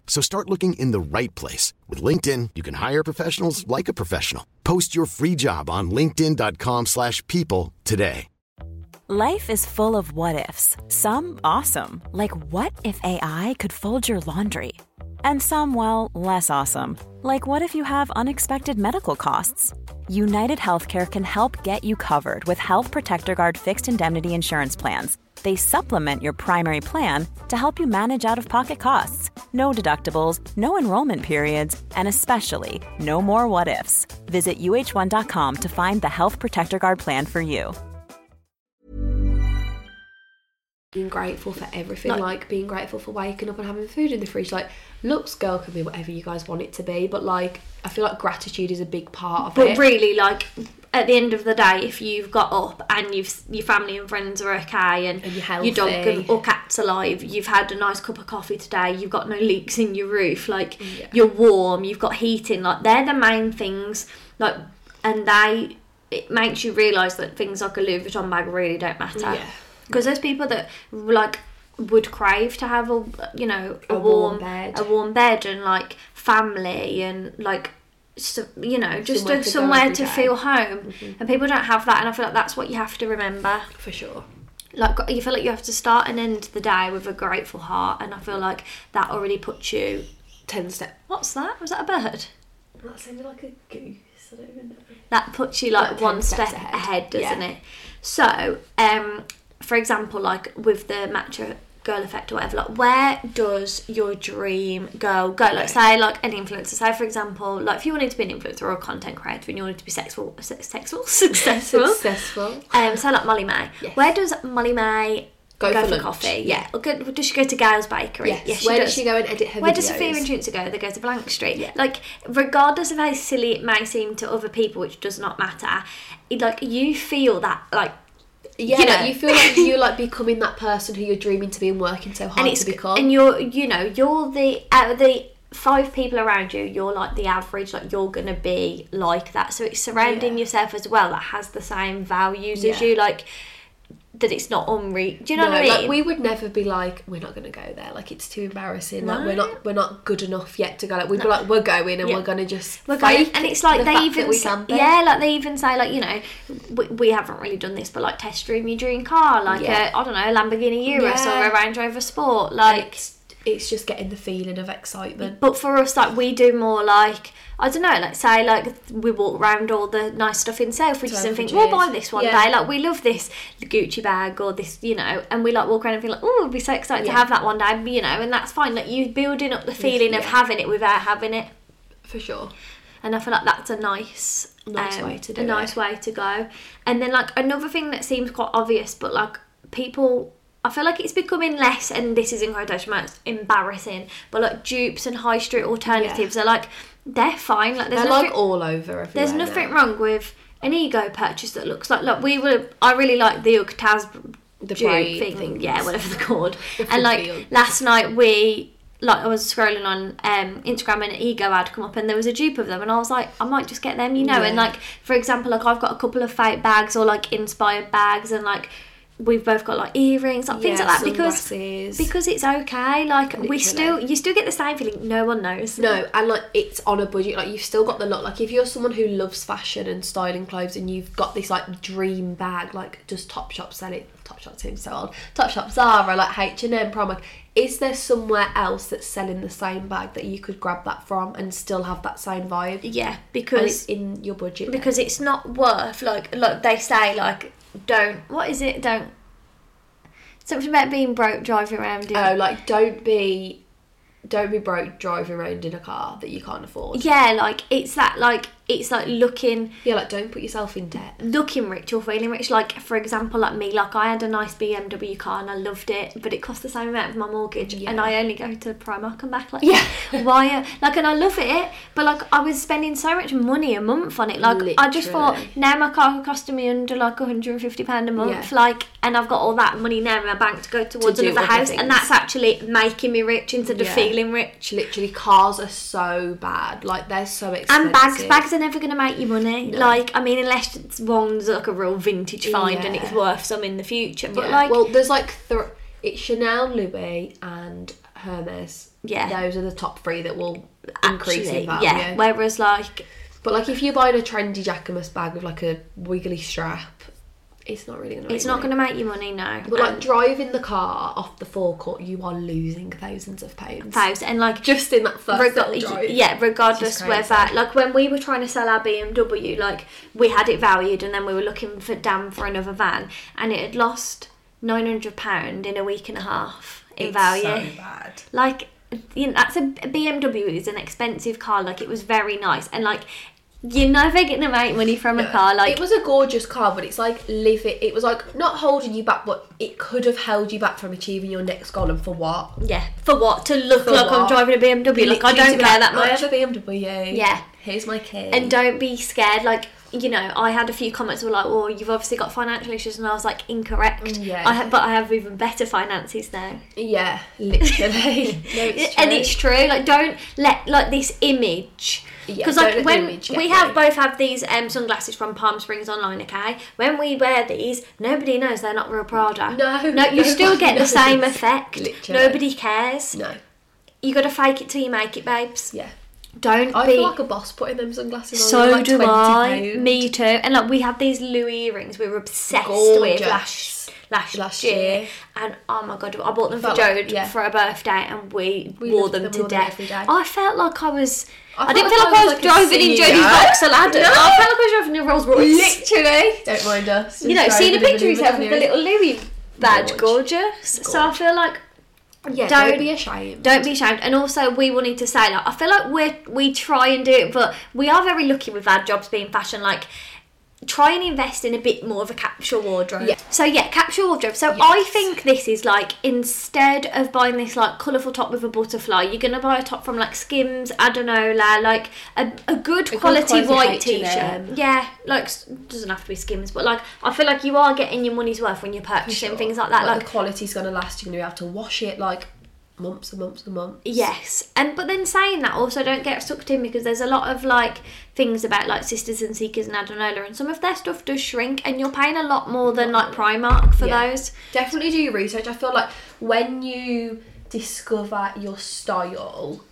Speaker 6: So start looking in the right place. With LinkedIn, you can hire professionals like a professional. Post your free job on linkedin.com/people slash people today.
Speaker 7: Life is full of what ifs. Some awesome, like what if AI could fold your laundry? And some, well, less awesome, like what if you have unexpected medical costs? United Healthcare can help get you covered with Health Protector Guard fixed indemnity insurance plans. They supplement your primary plan to help you manage out of pocket costs. No deductibles, no enrollment periods, and especially no more what ifs. Visit uh1.com to find the Health Protector Guard plan for you.
Speaker 2: being grateful for everything,
Speaker 1: Like-
Speaker 2: like, being grateful for waking up and having food in the fridge. Like, looks, girl, can be whatever you guys want it to be, but like, I feel like gratitude is a big part of
Speaker 1: But
Speaker 2: it.
Speaker 1: really, like at the end of the day, if you've got up and you've your family and friends are okay, and,
Speaker 2: And you're
Speaker 1: your dog
Speaker 2: healthy.
Speaker 1: and, or cat's alive, you've had a nice cup of coffee today, you've got no leaks in your roof, like you're warm, you've got heating, like they're the main things, like and they it makes you realise that things like a Louis Vuitton bag really don't matter.
Speaker 2: Yeah.
Speaker 1: Because there's people that like would crave to have a you know a,
Speaker 2: A
Speaker 1: warm,
Speaker 2: warm bed.
Speaker 1: a warm bed and like family and like so, you know just
Speaker 2: Somewhere
Speaker 1: a-
Speaker 2: to go
Speaker 1: somewhere
Speaker 2: every
Speaker 1: to
Speaker 2: day. Mm-hmm.
Speaker 1: feel home and people don't have that and i feel like that's what you have to remember
Speaker 2: for sure.
Speaker 1: like you feel like you have to start and end the day with a grateful heart and i feel like that already puts you
Speaker 2: Ten step.
Speaker 1: what's that was that a bird
Speaker 2: That sounded like a goose. I don't even know.
Speaker 1: that puts you like
Speaker 2: Like 10
Speaker 1: one step
Speaker 2: steps
Speaker 1: ahead,
Speaker 2: ahead.
Speaker 1: doesn't
Speaker 2: Yeah.
Speaker 1: it so um for example like with the matcha girl effect or whatever like where does your dream girl go like say like an influencer say for example like if you wanted to be an influencer or a content creator and you wanted to be sexual se- sexual successful
Speaker 2: Successful.
Speaker 1: um so like molly may
Speaker 2: Yes.
Speaker 1: where does molly may go,
Speaker 2: Go for
Speaker 1: for,
Speaker 2: lunch.
Speaker 1: coffee yeah or go, does she go to gail's bakery
Speaker 2: Yes. Where does she go and edit her
Speaker 1: where
Speaker 2: videos?
Speaker 1: does Sophia and Trinity go? They go to Blank Street. Like, regardless of how silly it may seem to other people, which does not matter, it- like you feel that like
Speaker 2: yeah,
Speaker 1: you know,
Speaker 2: you feel like you're like becoming that person who you're dreaming to be and working so hard
Speaker 1: and it's
Speaker 2: to become.
Speaker 1: and you're you know you're the out of the five people around you you're like the average like you're gonna be like that so it's surrounding yourself as well that has the same values as
Speaker 2: Yeah.
Speaker 1: you like that it's not unreal do you know
Speaker 2: No,
Speaker 1: what i mean
Speaker 2: Like we would never be like, we're not going to go there. Like it's too embarrassing. Like we're
Speaker 1: No.
Speaker 2: not we're not good enough yet to go. Like we'd be like, we're going and
Speaker 1: Yeah.
Speaker 2: we're going to just
Speaker 1: we're going,
Speaker 2: fake
Speaker 1: and it's like
Speaker 2: the
Speaker 1: they
Speaker 2: fact
Speaker 1: even
Speaker 2: that we
Speaker 1: s-
Speaker 2: can be.
Speaker 1: yeah like they even say like you know we, we haven't really done this but like test room your dream car like
Speaker 2: Yeah.
Speaker 1: a, i don't know a lamborghini urus
Speaker 2: Yeah.
Speaker 1: or a range rover sport like
Speaker 2: It's just getting the feeling of excitement.
Speaker 1: But for us, like we do more like I don't know, like say like we walk around all the nice stuff in Selfridges and think we'll
Speaker 2: Selfridges.
Speaker 1: buy this one
Speaker 2: Yeah.
Speaker 1: day. Like we love this Gucci bag or this, you know, and we like walk around and feel like oh, we'd be so excited
Speaker 2: Yeah.
Speaker 1: to have that one day, you know, and that's fine. Like you building up the feeling of
Speaker 2: yeah.
Speaker 1: having it without having it,
Speaker 2: For sure.
Speaker 1: and I feel like that's a nice. um,
Speaker 2: Nice way to do
Speaker 1: a nice
Speaker 2: it.
Speaker 1: way to go and then like another thing that seems quite obvious but like people I feel like it's becoming less, and this is in quotation marks, embarrassing. But like dupes and high street alternatives are like they're fine. Like there's
Speaker 2: They're
Speaker 1: nothing,
Speaker 2: like all over everywhere.
Speaker 1: there's nothing
Speaker 2: now.
Speaker 1: wrong with an ego purchase that looks like like we were. I really like the Ugg Tas
Speaker 2: The Mm.
Speaker 1: dupe
Speaker 2: braid
Speaker 1: thing,
Speaker 2: things.
Speaker 1: yeah, whatever they're called. and
Speaker 2: Field.
Speaker 1: like last night we. Like I was scrolling on um, Instagram and an ego ad come up and there was a dupe of them and I was like I might just get them you know and
Speaker 2: Yeah.
Speaker 1: like for example like I've got a couple of fake bags or like inspired bags and like we've both got like earrings like things
Speaker 2: Yeah,
Speaker 1: like that because
Speaker 2: sunglasses.
Speaker 1: because it's okay like we
Speaker 2: Literally.
Speaker 1: still you still get the same feeling no one knows
Speaker 2: No, and like it's on a budget. Like you've still got the look. Like if you're someone who loves fashion and styling clothes, and you've got this like dream bag, like does Topshop sell it? Topshop seems so old. Topshop, Zara, like H and M, Primark. Is there somewhere else that's selling the same bag that you could grab that from and still have that same vibe?
Speaker 1: yeah
Speaker 2: And
Speaker 1: because
Speaker 2: it's in your budget. then.
Speaker 1: because it's not worth like like they say like don't what is it don't something about being broke driving around in
Speaker 2: oh, like don't be, don't be broke driving around in a car that you can't afford.
Speaker 1: yeah like it's that like it's like looking
Speaker 2: Yeah, like don't put yourself in debt.
Speaker 1: looking rich or feeling rich like for example like me like I had a nice BMW car and I loved it but it cost the same amount of my mortgage and I only go to Primark and back like
Speaker 2: Yeah.
Speaker 1: why are- like and I love it but like I was spending so much money a month on it like I just thought
Speaker 2: Literally.
Speaker 1: now my car costing me under like 150 pound a month
Speaker 2: Yeah.
Speaker 1: like and I've got all that money now in my bank to go towards
Speaker 2: do
Speaker 1: another
Speaker 2: other
Speaker 1: house
Speaker 2: things.
Speaker 1: and that's actually making me rich instead of
Speaker 2: Yeah.
Speaker 1: feeling rich
Speaker 2: Literally, cars are so bad. Like they're so expensive.
Speaker 1: and bags, bags are never going to make you money. Like, I mean, unless it's one's like a real vintage find and it's
Speaker 2: Yeah.
Speaker 1: worth some in the future. But
Speaker 2: Yeah.
Speaker 1: like,
Speaker 2: well, there's like three. It's Chanel, Louis, and Hermes.
Speaker 1: Yeah.
Speaker 2: those are the top three that will increase
Speaker 1: actually,
Speaker 2: in
Speaker 1: yeah.
Speaker 2: value.
Speaker 1: Whereas, like,
Speaker 2: But like, if you're buying a trendy Jacquemus bag with like a wiggly strap, it's not really gonna.
Speaker 1: it's not going to make you money, no.
Speaker 2: But like
Speaker 1: And
Speaker 2: driving the car off the forecourt, you are losing thousands of pounds.
Speaker 1: house and like
Speaker 2: Just in that first
Speaker 1: Rega-
Speaker 2: little drive.
Speaker 1: yeah,
Speaker 2: It's
Speaker 1: regardless
Speaker 2: just
Speaker 1: whether
Speaker 2: crazy.
Speaker 1: like when we were trying to sell our BMW, like we had it valued and then we were looking for damn for another van and it had lost nine hundred pound in a week and a half in value.
Speaker 2: bad.
Speaker 1: like you know, that's a a BMW is an expensive car. Like it was very nice, and like you're never gonna make money from a car. Like
Speaker 2: it was a gorgeous car, but it's like live it. It was like not holding you back, but it could have held you back from achieving your next goal. And for what?
Speaker 1: yeah, for what to look
Speaker 2: For
Speaker 1: like I'm
Speaker 2: what?
Speaker 1: driving a BMW? Like I don't
Speaker 2: Literally to be
Speaker 1: care
Speaker 2: like,
Speaker 1: that much.
Speaker 2: I have a BMW.
Speaker 1: Yeah.
Speaker 2: Here's my key.
Speaker 1: and don't be scared. Like you know, I had a few comments that were like, "Well, you've obviously got financial issues," and I was like, "Incorrect."
Speaker 2: Mm, Yeah.
Speaker 1: I ha- but I have even better finances now.
Speaker 2: yeah, literally. no, it's
Speaker 1: and
Speaker 2: true.
Speaker 1: it's true like don't let like this image
Speaker 2: Yeah,
Speaker 1: because
Speaker 2: don't
Speaker 1: like
Speaker 2: let the
Speaker 1: when
Speaker 2: image get
Speaker 1: we have
Speaker 2: you.
Speaker 1: both have these um, sunglasses from Palm Springs online okay when we wear these nobody knows they're not real Prada
Speaker 2: No,
Speaker 1: no you
Speaker 2: no
Speaker 1: still
Speaker 2: one
Speaker 1: get
Speaker 2: knows.
Speaker 1: the same effect
Speaker 2: Literally.
Speaker 1: nobody cares
Speaker 2: no.
Speaker 1: you gotta fake it till you make it babes
Speaker 2: Yeah.
Speaker 1: don't
Speaker 2: I
Speaker 1: be
Speaker 2: feel like a boss putting them sunglasses on.
Speaker 1: so
Speaker 2: They're like
Speaker 1: do
Speaker 2: 20
Speaker 1: I.
Speaker 2: pound.
Speaker 1: Me too. And like we had these Louis earrings we were obsessed with
Speaker 2: Gorgeous.
Speaker 1: last last,
Speaker 2: Last
Speaker 1: year.
Speaker 2: year.
Speaker 1: And oh my god, I bought them for
Speaker 2: Felt like-
Speaker 1: Jode
Speaker 2: yeah.
Speaker 1: for her birthday, and we,
Speaker 2: We
Speaker 1: wore
Speaker 2: loved
Speaker 1: them
Speaker 2: them, we
Speaker 1: to
Speaker 2: wore them
Speaker 1: death.
Speaker 2: every day.
Speaker 1: I felt like I was. I,
Speaker 2: I
Speaker 1: didn't
Speaker 2: felt
Speaker 1: feel like I was
Speaker 2: like I was like a
Speaker 1: driving in
Speaker 2: senior.
Speaker 1: Jodie's Vauxhall Adam.
Speaker 2: No.
Speaker 1: I felt like I was driving in a Rolls Royce.
Speaker 2: Literally. Don't mind us.
Speaker 1: you know,
Speaker 2: Just
Speaker 1: seeing a
Speaker 2: driving in
Speaker 1: picture of
Speaker 2: Louis
Speaker 1: yourself with the
Speaker 2: Vuitton
Speaker 1: little Louis badge,
Speaker 2: Gorge.
Speaker 1: gorgeous. So I feel like
Speaker 2: Yeah,
Speaker 1: don't-
Speaker 2: don't, be ashamed.
Speaker 1: don't be ashamed. And also, we wanted to say like I feel like we we try and do it, but we are very lucky with our jobs being fashion. Like try and invest in a bit more of a capsule wardrobe. So yeah, capsule wardrobe. So I think this is like instead of buying this like colourful top with a butterfly, you're gonna buy a top from like Skims, Adenola, like a, a good
Speaker 2: good
Speaker 1: quality
Speaker 2: quality
Speaker 1: white
Speaker 2: H&M.
Speaker 1: t-shirt. Yeah, like s- doesn't have to be Skims, but like I feel like you are getting your money's worth when you're purchasing things like that. Like
Speaker 2: the quality's gonna last. You're gonna be able to wash it like months and months and months.
Speaker 1: Yes, and but then saying that also don't get sucked in because there's a lot of like things about like Sisters and Seekers and Adenola, and some of their stuff does shrink, and you're paying a lot more than like Primark for
Speaker 2: Yeah.
Speaker 1: those.
Speaker 2: Definitely do your research. I feel like when you discover your style,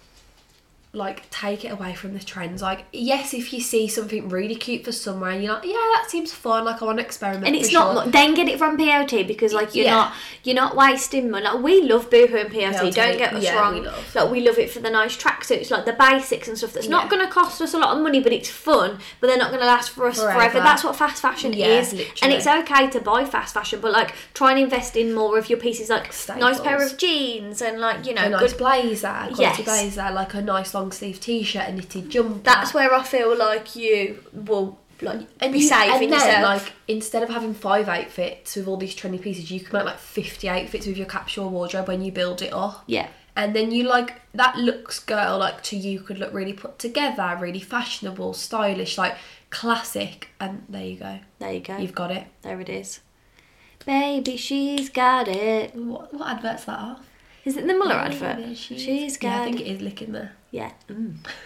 Speaker 2: like take it away from the trends. Like yes, if you see something really cute for somewhere and you're like, yeah, that seems fun. Like I want to experiment.
Speaker 1: And
Speaker 2: for
Speaker 1: it's
Speaker 2: sure.
Speaker 1: not then get it from PLT because like you're
Speaker 2: Yeah.
Speaker 1: not you're not wasting money. Like we love Boohoo and PLT.
Speaker 2: PLT,
Speaker 1: Don't get us
Speaker 2: yeah, we
Speaker 1: wrong.
Speaker 2: love.
Speaker 1: Like we love it for the nice tracksuits, like the basics and stuff. That's not
Speaker 2: Yeah.
Speaker 1: going to cost us a lot of money, but it's fun. But they're not going to last for us forever.
Speaker 2: Forever.
Speaker 1: That's what fast fashion
Speaker 2: Yeah,
Speaker 1: is, and
Speaker 2: literally.
Speaker 1: it's okay to buy fast fashion, but like try and invest in more of your pieces, like nice pair
Speaker 2: Staples.
Speaker 1: of jeans and like you know
Speaker 2: a nice
Speaker 1: good.
Speaker 2: blazer, a quality
Speaker 1: Yes.
Speaker 2: blazer, like a nice long sleeve t-shirt, a knitted jumper.
Speaker 1: That's where I feel like you will like be safe
Speaker 2: and
Speaker 1: in
Speaker 2: then,
Speaker 1: yourself.
Speaker 2: like instead of having five outfits with all these trendy pieces, you can make like fifty outfits with your capsule wardrobe when you build it up.
Speaker 1: yeah.
Speaker 2: And then you like that looks girl like to you could look really put together, really fashionable, stylish, like classic. And there you go,
Speaker 1: There you go.
Speaker 2: you've got it.
Speaker 1: There it is. Baby, she's got it.
Speaker 2: What what advert's that off?
Speaker 1: Is it the Muller advert?
Speaker 2: She's,
Speaker 1: She's
Speaker 2: yeah,
Speaker 1: got
Speaker 2: I think
Speaker 1: it.
Speaker 2: it Mm. is licking there.
Speaker 1: Yeah.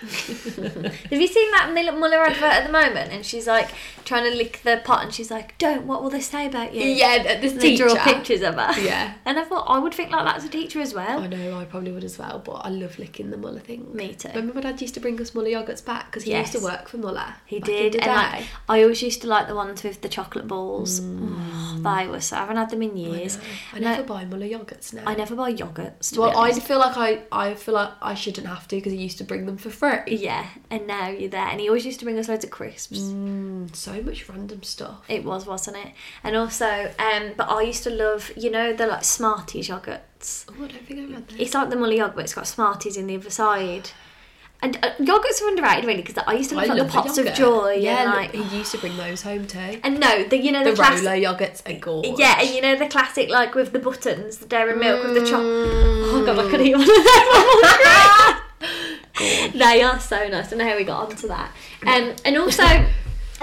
Speaker 1: Have you seen that Mil- Muller advert at the moment? And she's like trying to lick the pot, and she's like, "Don't. What will they say about you?"
Speaker 2: this
Speaker 1: And they draw pictures of her.
Speaker 2: Yeah.
Speaker 1: And I thought I would think like that as a teacher as well.
Speaker 2: I know, I probably would as well, but I love licking the Muller thing.
Speaker 1: Me too.
Speaker 2: Remember, my dad used to bring us Muller yogurts back because he used
Speaker 1: Yes.
Speaker 2: to work for Muller.
Speaker 1: He
Speaker 2: back in
Speaker 1: did,
Speaker 2: the
Speaker 1: and like
Speaker 2: day. Mm.
Speaker 1: I always used to like the ones with the chocolate balls. Oh, they were so. I haven't had them in years.
Speaker 2: I
Speaker 1: And
Speaker 2: never buy Muller yogurts now.
Speaker 1: I never buy yogurts. to be
Speaker 2: Well, I
Speaker 1: honest.
Speaker 2: feel like I, I feel like I shouldn't have to because he used to bring them for free.
Speaker 1: Yeah, and now you're there, and he always used to bring us loads of crisps.
Speaker 2: Mm. So much random stuff.
Speaker 1: It was, wasn't it? And also, um, but I used to love, you know, the like Smarties yogurts.
Speaker 2: Oh, I don't think I've had that.
Speaker 1: It's like the Mully yogurt, it's got Smarties in the other side. And uh, yogurts are underrated, really, because I used to love, like, the pots of
Speaker 2: yogurt.
Speaker 1: joy.
Speaker 2: Yeah,
Speaker 1: and,
Speaker 2: look,
Speaker 1: like,
Speaker 2: he used to bring those home too.
Speaker 1: and no, the you know the,
Speaker 2: the
Speaker 1: classic.
Speaker 2: roller yogurts are gorgeous.
Speaker 1: Yeah, and you know the classic, like with the buttons, the dairy milk with the chocolate. Oh god, I could eat one of them. they are so nice. I know how we got onto that. Um, and also,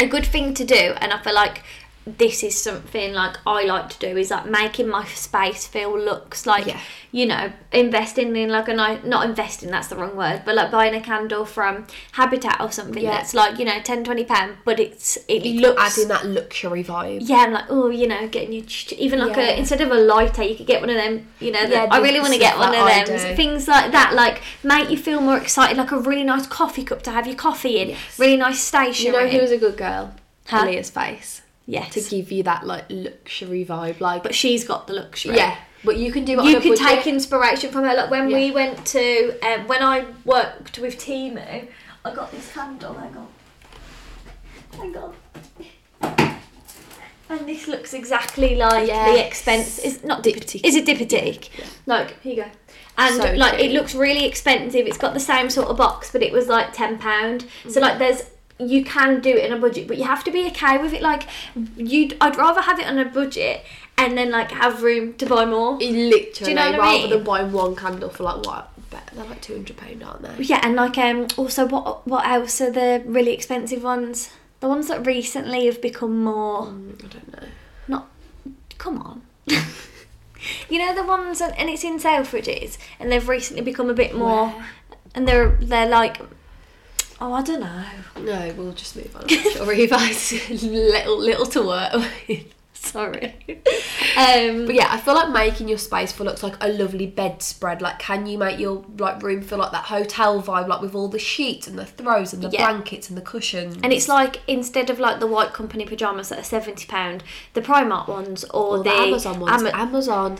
Speaker 1: a good thing to do, and I feel like this is something like I like to do is like making my space feel looks like
Speaker 2: Yeah.
Speaker 1: you know investing in like a nice not investing that's the wrong word but like buying a candle from Habitat or something
Speaker 2: Yeah.
Speaker 1: that's like you know 10 20 pound but it's it looks
Speaker 2: adding that luxury vibe.
Speaker 1: yeah, I'm like, oh, you know, getting your ch- ch- even like
Speaker 2: Yeah.
Speaker 1: a instead of a lighter, you could get one of them. You know, the,
Speaker 2: Yeah,
Speaker 1: I really want to get
Speaker 2: stuff
Speaker 1: one of
Speaker 2: like I
Speaker 1: them.
Speaker 2: do.
Speaker 1: Things like that, like make you feel more excited. Like a really nice coffee cup to have your coffee in. Really nice
Speaker 2: You
Speaker 1: stationery.
Speaker 2: know who was a good girl?
Speaker 1: Huh?
Speaker 2: Leah's face
Speaker 1: yes,
Speaker 2: to give you that like luxury vibe. Like
Speaker 1: but she's got the luxury.
Speaker 2: yeah, but you can do it. on
Speaker 1: you
Speaker 2: a
Speaker 1: could
Speaker 2: budget.
Speaker 1: take inspiration from her. Like when we
Speaker 2: Yeah.
Speaker 1: went to um, when I worked with Timu, I got this candle. Hang on, hang on. And this looks exactly like the
Speaker 2: Yes.
Speaker 1: expense. It's not diptyque. Is it diptyque? Like here you go. And
Speaker 2: So
Speaker 1: like it
Speaker 2: cute.
Speaker 1: looks really expensive. It's got the same sort of box, but it was like ten pound.
Speaker 2: Mm.
Speaker 1: So like there's you can do it in a budget, but you have to be okay with it. Like you, I'd rather have it on a budget and then like have room to buy more.
Speaker 2: literally
Speaker 1: Do you know what I
Speaker 2: rather
Speaker 1: mean?
Speaker 2: than buying one candle for like what? Better, they're like two hundred pound, aren't they?
Speaker 1: Yeah, and like um also what what else are the really expensive ones? The ones that recently have become more
Speaker 2: Mm, I don't know.
Speaker 1: not come on. you know the ones and, and it's in Selfridges and they've recently become a bit more and they're they're like oh I don't know.
Speaker 2: No, we'll just move on. Or revise little little to work. with.
Speaker 1: Sorry. um
Speaker 2: But yeah, I feel like making your space feel looks like a lovely bedspread. Like, can you make your like room feel like that hotel vibe, like with all the sheets and the throws and the
Speaker 1: Yeah.
Speaker 2: blankets and the cushions?
Speaker 1: and it's like instead of like the white company pajamas that are seventy pound, the Primark ones or,
Speaker 2: Or
Speaker 1: the,
Speaker 2: the Amazon ones.
Speaker 1: Ama-
Speaker 2: Amazon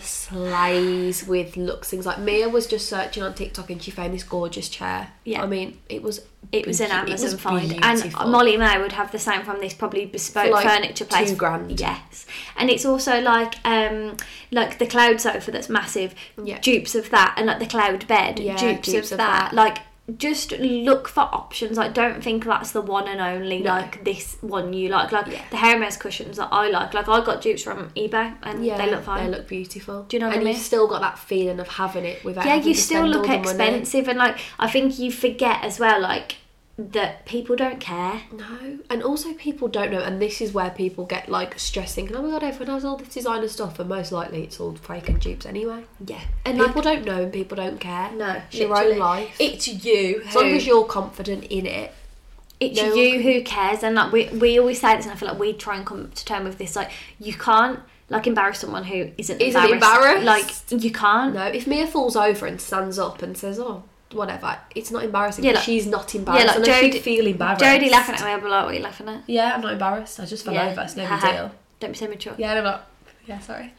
Speaker 2: slays with looks things like Mia was just searching on TikTok and she found this gorgeous chair.
Speaker 1: Yeah.
Speaker 2: I mean it was
Speaker 1: it was an
Speaker 2: beauti- it
Speaker 1: Amazon
Speaker 2: was
Speaker 1: find,
Speaker 2: beautiful.
Speaker 1: and Molly May would have the same from this probably bespoke
Speaker 2: For like
Speaker 1: furniture place.
Speaker 2: two grand.
Speaker 1: yes, and it's also like um like the cloud sofa that's massive,
Speaker 2: Yeah.
Speaker 1: dupes of that, and like the cloud bed,
Speaker 2: Yeah,
Speaker 1: dupes,
Speaker 2: dupes
Speaker 1: of,
Speaker 2: of
Speaker 1: that.
Speaker 2: that.
Speaker 1: Like just look for options. Like, don't think that's the one and only. Like this one you like. Like the Hermes cushions that I like. Like I got dupes from eBay and
Speaker 2: Yeah,
Speaker 1: they look fine.
Speaker 2: They look beautiful.
Speaker 1: Do you know what
Speaker 2: and
Speaker 1: I mean?
Speaker 2: you've still got that feeling of having it without.
Speaker 1: yeah,
Speaker 2: having
Speaker 1: you
Speaker 2: to
Speaker 1: still
Speaker 2: spend all
Speaker 1: look
Speaker 2: the money.
Speaker 1: expensive and like I think you forget as well. Like that people don't care.
Speaker 2: No, and also people don't know, and this is where people get like stressed thinking, oh my god, everyone has all this designer stuff, and most likely it's all fake and dupes anyway.
Speaker 1: Yeah,
Speaker 2: And people don't know, and people don't care.
Speaker 1: No,
Speaker 2: it's your
Speaker 1: literally.
Speaker 2: own life.
Speaker 1: It's you.
Speaker 2: as long
Speaker 1: who-
Speaker 2: as you're confident in it.
Speaker 1: it's
Speaker 2: No one
Speaker 1: you who cares and like we, we always say this and i feel like we try and come to terms with this like you can't like embarrass someone who isn't,
Speaker 2: Isn't
Speaker 1: embarrassed.
Speaker 2: embarrassed.
Speaker 1: like you can't
Speaker 2: No, if Mia falls over and stands up and says, oh, whatever, it's not embarrassing.
Speaker 1: Yeah,
Speaker 2: but
Speaker 1: like-
Speaker 2: she's not
Speaker 1: yeah
Speaker 2: embarrassed.
Speaker 1: like
Speaker 2: unless
Speaker 1: jodie
Speaker 2: she'd feel embarrassed.
Speaker 1: jodie laughing at me i'll be like what are you laughing at
Speaker 2: Yeah, I'm not embarrassed. I just fell over. It's no big
Speaker 1: Haha.
Speaker 2: deal.
Speaker 1: don't be so mature
Speaker 2: Yeah, I'm not. Yeah, sorry.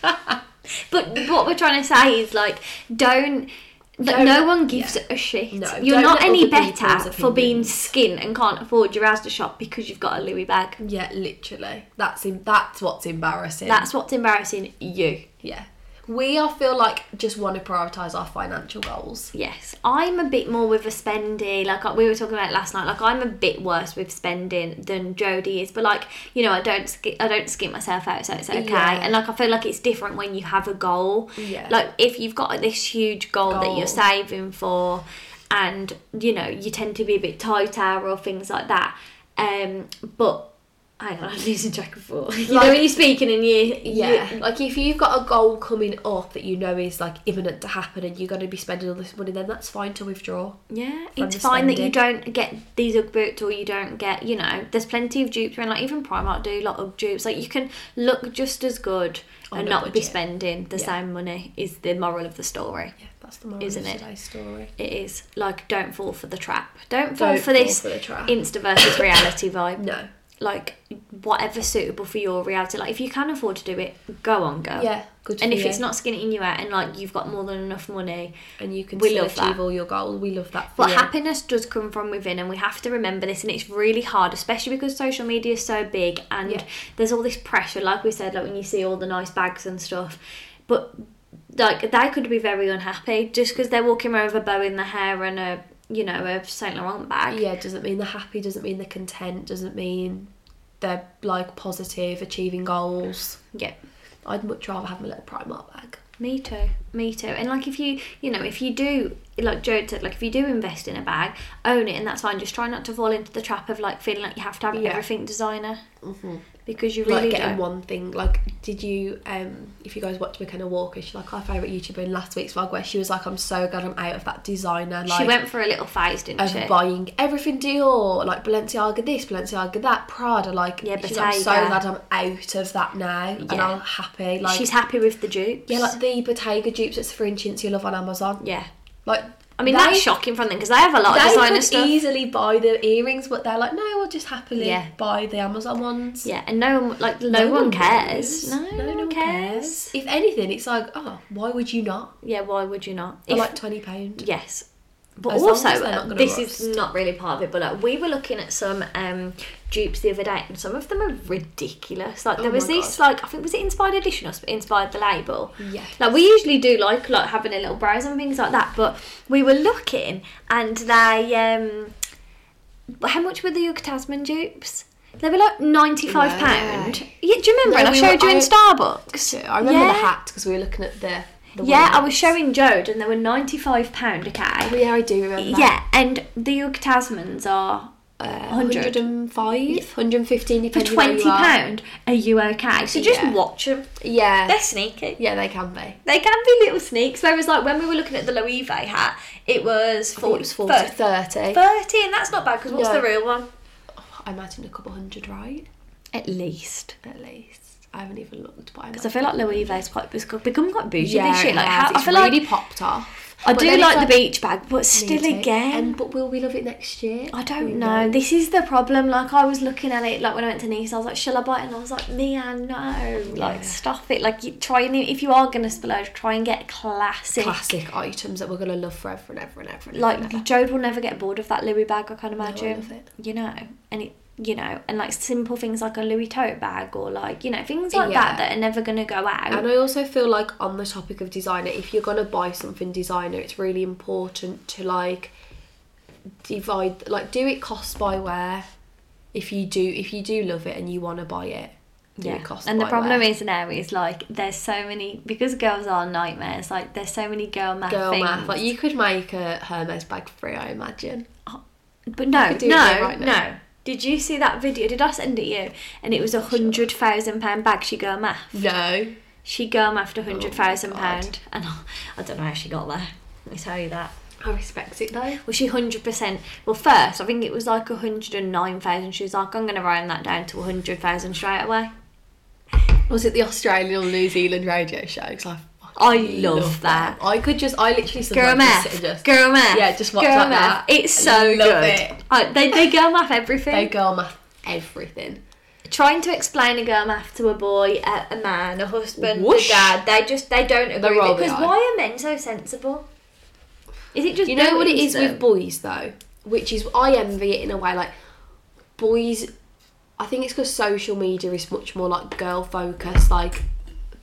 Speaker 1: but what we're trying to say is like don't like,
Speaker 2: Don't-
Speaker 1: no one gives a shit.
Speaker 2: No,
Speaker 1: You're
Speaker 2: don't
Speaker 1: not
Speaker 2: let
Speaker 1: any
Speaker 2: other people's
Speaker 1: better for being
Speaker 2: opinions.
Speaker 1: skin and can't afford your Asda shop because you've got a Louis bag.
Speaker 2: Yeah, literally. That's em- that's what's embarrassing.
Speaker 1: That's what's embarrassing you.
Speaker 2: yeah. We I feel like just want to prioritize our financial goals.
Speaker 1: Yes, I'm a bit more with a spendy. Like uh, we were talking about last night. Like I'm a bit worse with spending than Jodie is, but like you know, I don't sk- I don't skip myself out, so it's okay.
Speaker 2: Yeah.
Speaker 1: And like I feel like it's different when you have a goal.
Speaker 2: Yeah.
Speaker 1: Like if you've got this huge goal, that
Speaker 2: Goal.
Speaker 1: you're saving for, and you know you tend to be a bit tighter or things like that. Um, but. Hang on, I'm losing track of thought. You know
Speaker 2: Like-
Speaker 1: when you're speaking and you,
Speaker 2: Yeah.
Speaker 1: you
Speaker 2: like if you've got a goal coming up that you know is like imminent to happen and you're going to be spending all this money then that's fine to withdraw.
Speaker 1: Yeah,
Speaker 2: from
Speaker 1: it's
Speaker 2: the
Speaker 1: fine that you
Speaker 2: spending.
Speaker 1: don't get these Ugg boots or you don't get, you know, there's plenty of dupes around. Like even Primark do a lot of dupes. Like you can look just as good
Speaker 2: On
Speaker 1: and
Speaker 2: a
Speaker 1: not be
Speaker 2: budget.
Speaker 1: spending the
Speaker 2: Yeah.
Speaker 1: same money. Is the moral of the story?
Speaker 2: Yeah, that's the moral
Speaker 1: Isn't
Speaker 2: of
Speaker 1: it?
Speaker 2: today's story.
Speaker 1: It is like don't fall for the trap. Don't fall
Speaker 2: Don't
Speaker 1: for
Speaker 2: fall
Speaker 1: this
Speaker 2: for the trap.
Speaker 1: Insta versus reality vibe.
Speaker 2: No.
Speaker 1: Like whatever suitable for your reality. Like if you can afford to do it, go on, go.
Speaker 2: Yeah, good
Speaker 1: And
Speaker 2: for
Speaker 1: if
Speaker 2: you.
Speaker 1: it's not skinning you out, and like you've got more than enough money,
Speaker 2: And you can
Speaker 1: We
Speaker 2: still
Speaker 1: love
Speaker 2: achieve
Speaker 1: that.
Speaker 2: all your goals. We love that. For
Speaker 1: But
Speaker 2: you.
Speaker 1: happiness does come from within, and we have to remember this. And it's really hard, especially because social media is so big, and
Speaker 2: Yeah.
Speaker 1: there's all this pressure. Like we said, like when you see all the nice bags and stuff, but like they could be very unhappy just because they're walking around with a bow in their hair and a you know a Saint Laurent bag.
Speaker 2: Yeah, doesn't mean they're happy, doesn't mean they're content, doesn't mean they're like positive, achieving goals.
Speaker 1: yeah.
Speaker 2: I'd much rather have my little Primark bag.
Speaker 1: Me too. Me too. And like if you you know, if you do like Joe said, like if you do invest in a bag, own it and that's fine. Just try not to fall into the trap of like feeling like you have to have
Speaker 2: Yeah. Mm-hmm.
Speaker 1: everything designer. Because you
Speaker 2: like
Speaker 1: really
Speaker 2: getting
Speaker 1: don't.
Speaker 2: one thing. Like, did you? um If you guys watch McKenna Walker, she's like our favorite YouTuber in last week's vlog, where she was like, "I'm so glad I'm out of that designer." Like,
Speaker 1: she went for a little phase, didn't
Speaker 2: of
Speaker 1: she?
Speaker 2: buying everything Dior, like Balenciaga this, Balenciaga that, Prada. Like,
Speaker 1: Yeah,
Speaker 2: she's like, I'm so
Speaker 1: Bottega.
Speaker 2: glad I'm out of that now, and
Speaker 1: Yeah.
Speaker 2: I'm happy. Like,
Speaker 1: She's happy with the dupes.
Speaker 2: Yeah, like the Bottega dupes that's for inch you love on Amazon.
Speaker 1: yeah.
Speaker 2: Like,
Speaker 1: I mean
Speaker 2: they-
Speaker 1: that's shocking from them because they have a lot of
Speaker 2: They
Speaker 1: designer
Speaker 2: could
Speaker 1: stuff.
Speaker 2: easily buy the earrings, but they're like, no, we'll just happily
Speaker 1: Yeah.
Speaker 2: buy the Amazon ones.
Speaker 1: yeah, and no one like no, one, cares. No,
Speaker 2: No, one cares. If anything, it's like, oh, why would you not?
Speaker 1: Yeah, why would you not?
Speaker 2: For
Speaker 1: If-
Speaker 2: like twenty pound.
Speaker 1: Yes. But
Speaker 2: As long
Speaker 1: also,
Speaker 2: as they're not
Speaker 1: uh,
Speaker 2: gonna
Speaker 1: this
Speaker 2: rust.
Speaker 1: is not really part of it, but like, we were looking at some um, dupes the other day, and some of them are ridiculous. Like, there
Speaker 2: Oh
Speaker 1: was
Speaker 2: my
Speaker 1: this,
Speaker 2: God.
Speaker 1: like, I think, was it Inspired Edition or sp- Inspired the Label?
Speaker 2: Yes.
Speaker 1: Like, we usually do like, like having a little browse and things like that, but we were looking, and they, um, how much were the Yucca Tasman dupes? They were like £95. Yeah, do you remember?
Speaker 2: No,
Speaker 1: and I
Speaker 2: we
Speaker 1: showed
Speaker 2: were-
Speaker 1: you in
Speaker 2: I- Oh
Speaker 1: Starbucks.
Speaker 2: I remember the
Speaker 1: Yeah.
Speaker 2: hat because we were looking at the. the
Speaker 1: Yeah,
Speaker 2: one
Speaker 1: I was
Speaker 2: that's-
Speaker 1: showing Jode, and they were £95, okay?
Speaker 2: Oh, yeah, I do remember. Uh,
Speaker 1: Yeah, and the York Tasmans are uh,
Speaker 2: hundred and five, hundred and fifteen.
Speaker 1: for twenty pound. Are you okay? So just
Speaker 2: Yeah.
Speaker 1: watch them.
Speaker 2: Yeah.
Speaker 1: They're sneaky.
Speaker 2: yeah, they can be.
Speaker 1: They can be little sneaks. Whereas like when we were looking at the Loewe hat, it was
Speaker 2: I think it
Speaker 1: 40,
Speaker 2: was 40,
Speaker 1: 30,
Speaker 2: 30.
Speaker 1: and that's not bad because what's
Speaker 2: No.
Speaker 1: the real one?
Speaker 2: I imagine a couple hundred, right?
Speaker 1: At least.
Speaker 2: At least. I haven't even looked, but
Speaker 1: Because I feel like Loewe is quite it's become quite bougie this year.
Speaker 2: it
Speaker 1: Like
Speaker 2: has.
Speaker 1: how, I
Speaker 2: It's
Speaker 1: feel
Speaker 2: really
Speaker 1: like
Speaker 2: popped off.
Speaker 1: I
Speaker 2: But
Speaker 1: do
Speaker 2: then it's
Speaker 1: like, the beach bag, but
Speaker 2: Me
Speaker 1: still
Speaker 2: too.
Speaker 1: again.
Speaker 2: And, but will we love it next year?
Speaker 1: I
Speaker 2: Who
Speaker 1: don't know.
Speaker 2: knows?
Speaker 1: This is the problem. Like I was looking at it, like when I went to Nice, I was like, "Shall I buy it?" And I was like, "Mia, no! Like stop it! Like you try and if you are gonna splurge, try and get classic.
Speaker 2: classic items that we're gonna love forever and ever and ever. And ever and
Speaker 1: Like
Speaker 2: ever.
Speaker 1: Jode will never get bored of that Louis bag. I can imagine.
Speaker 2: love it.
Speaker 1: You know, and it you know, and like simple things like a Louis tote bag or like, you know, things like that that are never going to go out.
Speaker 2: And I also feel like on the topic of designer, if you're gonna buy something designer, it's really important to like divide, like do it cost by wear. If you do, if you do love it and you want to buy it, do
Speaker 1: yeah.
Speaker 2: it cost
Speaker 1: and the
Speaker 2: by
Speaker 1: problem
Speaker 2: wear.
Speaker 1: is now is like there's so many because girls are nightmares. Like there's so many girl math
Speaker 2: girl
Speaker 1: things.
Speaker 2: math. Like you could make a Hermes bag free, I imagine.
Speaker 1: But no,
Speaker 2: could do
Speaker 1: no,
Speaker 2: it here right now.
Speaker 1: no. Did you see that video? Did I send it you? And it was a hundred thousand pound bag. She girl math.
Speaker 2: Mm. No.
Speaker 1: She girl math
Speaker 2: Oh,
Speaker 1: a hundred thousand pound. And I, I don't know how she got there. Let me tell you that.
Speaker 2: I respect it though.
Speaker 1: Well, she hundred percent. Well, first I think it was like hundred and nine thousand. She was like, I'm gonna round that down to hundred thousand straight away.
Speaker 2: Was it the Australian or New Zealand radio show? Because I fucking
Speaker 1: I love, that.
Speaker 2: them. I could just, I literally
Speaker 1: Girl
Speaker 2: sometimes just
Speaker 1: math,
Speaker 2: sit and just
Speaker 1: girl math.
Speaker 2: Yeah, just watch
Speaker 1: girl
Speaker 2: like
Speaker 1: math.
Speaker 2: that.
Speaker 1: It's
Speaker 2: and
Speaker 1: so
Speaker 2: love
Speaker 1: good.
Speaker 2: It.
Speaker 1: Oh, they they girl math everything.
Speaker 2: They girl math everything.
Speaker 1: Trying to explain a girl math to a boy, a, a man, a husband,
Speaker 2: Whoosh.
Speaker 1: a dad, they just they don't agree.
Speaker 2: roll the
Speaker 1: Because
Speaker 2: eye.
Speaker 1: why are men so sensible? Is it just
Speaker 2: You know what it
Speaker 1: boys
Speaker 2: is with
Speaker 1: then?
Speaker 2: boys though, which is I envy it in a way. Like boys, I think it's because social media is much more like girl focused. Like,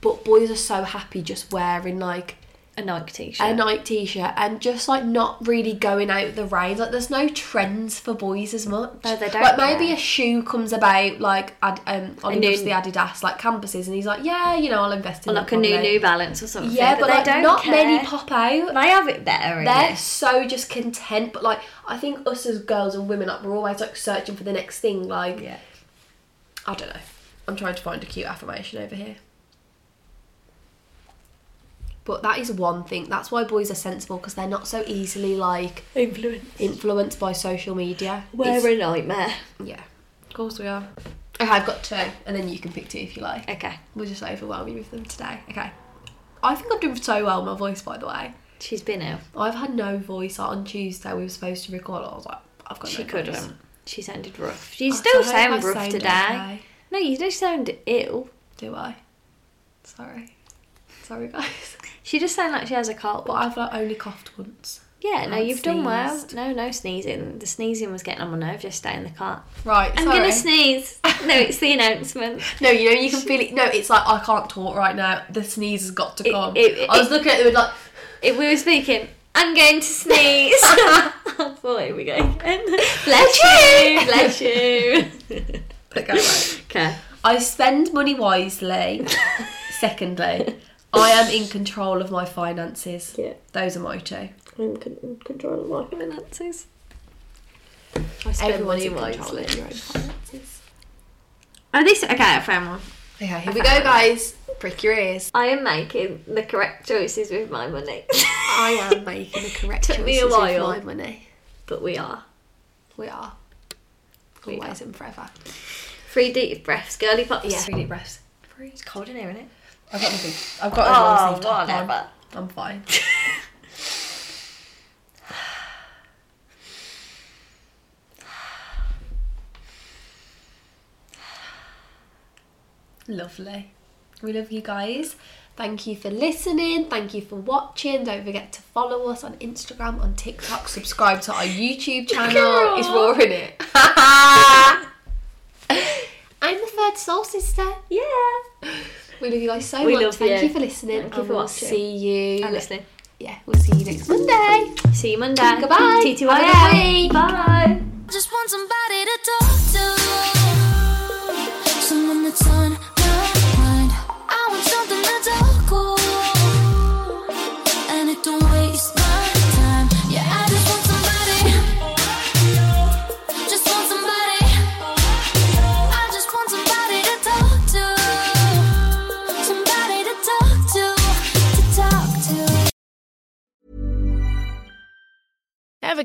Speaker 2: but boys are so happy just wearing like
Speaker 1: a Nike t-shirt?
Speaker 2: a night t-shirt and just like not really going out the rain. Like there's no trends for boys as much.
Speaker 1: No, they don't
Speaker 2: Like maybe
Speaker 1: know.
Speaker 2: a shoe comes about like ad, um on
Speaker 1: new-
Speaker 2: the Adidas like campuses and he's like, yeah, you know, I'll invest in
Speaker 1: or
Speaker 2: that
Speaker 1: like a new
Speaker 2: probably."
Speaker 1: New Balance or something.
Speaker 2: Yeah, but,
Speaker 1: they
Speaker 2: like
Speaker 1: don't
Speaker 2: not
Speaker 1: care.
Speaker 2: many pop out.
Speaker 1: They have it better.
Speaker 2: They're
Speaker 1: Innit?
Speaker 2: so just content, but like I think us as girls and women, like we're always like searching for the next thing. Like
Speaker 1: Yeah.
Speaker 2: I don't know. I'm trying to find a cute affirmation over here. But that is one thing. That's why boys are sensible because they're not so easily like
Speaker 1: Influence.
Speaker 2: influenced by social media.
Speaker 1: We're
Speaker 2: It's-
Speaker 1: a nightmare.
Speaker 2: yeah, of course we are. Okay, I've got two, and then you can pick two if you like.
Speaker 1: Okay,
Speaker 2: We'll just overwhelm you with them today. Okay. I think I'm doing so well with my voice, by the way.
Speaker 1: she's been ill.
Speaker 2: I've had no voice on Tuesday. We were supposed to record. I was like, I've got.
Speaker 1: She
Speaker 2: no
Speaker 1: couldn't.
Speaker 2: voice.
Speaker 1: She sounded rough. She
Speaker 2: I
Speaker 1: still
Speaker 2: hope Oh, I
Speaker 1: sound rough
Speaker 2: sound
Speaker 1: today.
Speaker 2: okay.
Speaker 1: No, you don't sound ill.
Speaker 2: Do I? Sorry. Sorry, guys.
Speaker 1: She just sounds like she has a cold.
Speaker 2: But I've like, only coughed once.
Speaker 1: yeah, no,
Speaker 2: I've
Speaker 1: you've done well.
Speaker 2: sneezed.
Speaker 1: No, no sneezing. The sneezing was getting on my nerve yesterday in the car.
Speaker 2: Right.
Speaker 1: I'm
Speaker 2: sorry.
Speaker 1: gonna sneeze. No, it's the announcement.
Speaker 2: No, you know you can feel it. No, it's like I can't talk right now. The sneeze has got to
Speaker 1: It-
Speaker 2: come.
Speaker 1: it-
Speaker 2: I was
Speaker 1: it-
Speaker 2: looking at it with like.
Speaker 1: If we were speaking, I'm going to sneeze. oh, here we go. again. Bless you. Bless you.
Speaker 2: Okay, right.
Speaker 1: Okay.
Speaker 2: I spend money wisely. Secondly, I am in control of my finances.
Speaker 1: Yeah.
Speaker 2: Those are my two.
Speaker 1: I'm in control of my finances. I spend
Speaker 2: Everyone's
Speaker 1: money
Speaker 2: in control
Speaker 1: wisely.
Speaker 2: of your own finances.
Speaker 1: Oh, this okay. I found one.
Speaker 2: Okay, here we go, guys. Prick your ears.
Speaker 1: I am making the correct choices with my money.
Speaker 2: I am making the correct
Speaker 1: Took
Speaker 2: choices
Speaker 1: me a while.
Speaker 2: with my money.
Speaker 1: but we are.
Speaker 2: We are
Speaker 1: We are.
Speaker 2: always and forever.
Speaker 1: Three deep breaths, girly pops.
Speaker 2: Yeah. Three deep breaths.
Speaker 1: It's cold in here, isn't it?
Speaker 2: I've got nothing. I've got a long
Speaker 1: Oh,
Speaker 2: sleeve top on.
Speaker 1: whatever.
Speaker 2: I'm fine. Lovely. We love you guys. Thank you for listening. Thank you for watching. Don't forget to follow us on Instagram, on TikTok. Subscribe to our YouTube channel. It's
Speaker 1: Raw.
Speaker 2: roaring it. I'm the third soul sister.
Speaker 1: Yeah.
Speaker 2: We love you guys so
Speaker 1: We
Speaker 2: much.
Speaker 1: love
Speaker 2: Thank
Speaker 1: you.
Speaker 2: you for listening.
Speaker 1: Thank you
Speaker 2: and
Speaker 1: for
Speaker 2: we'll
Speaker 1: watching.
Speaker 2: See you.
Speaker 1: And listening.
Speaker 2: Yeah, we'll see you next Monday.
Speaker 1: See you Monday.
Speaker 2: Goodbye.
Speaker 1: TTYL.
Speaker 2: Have a good week.
Speaker 1: Bye.
Speaker 8: just want somebody to talk to. Someone that's on my mind. I want something that's all cool. And it don't waste my time. Yeah, I just want somebody. Just want somebody. I just want somebody to talk to. Somebody to talk to. To talk to.
Speaker 9: Ever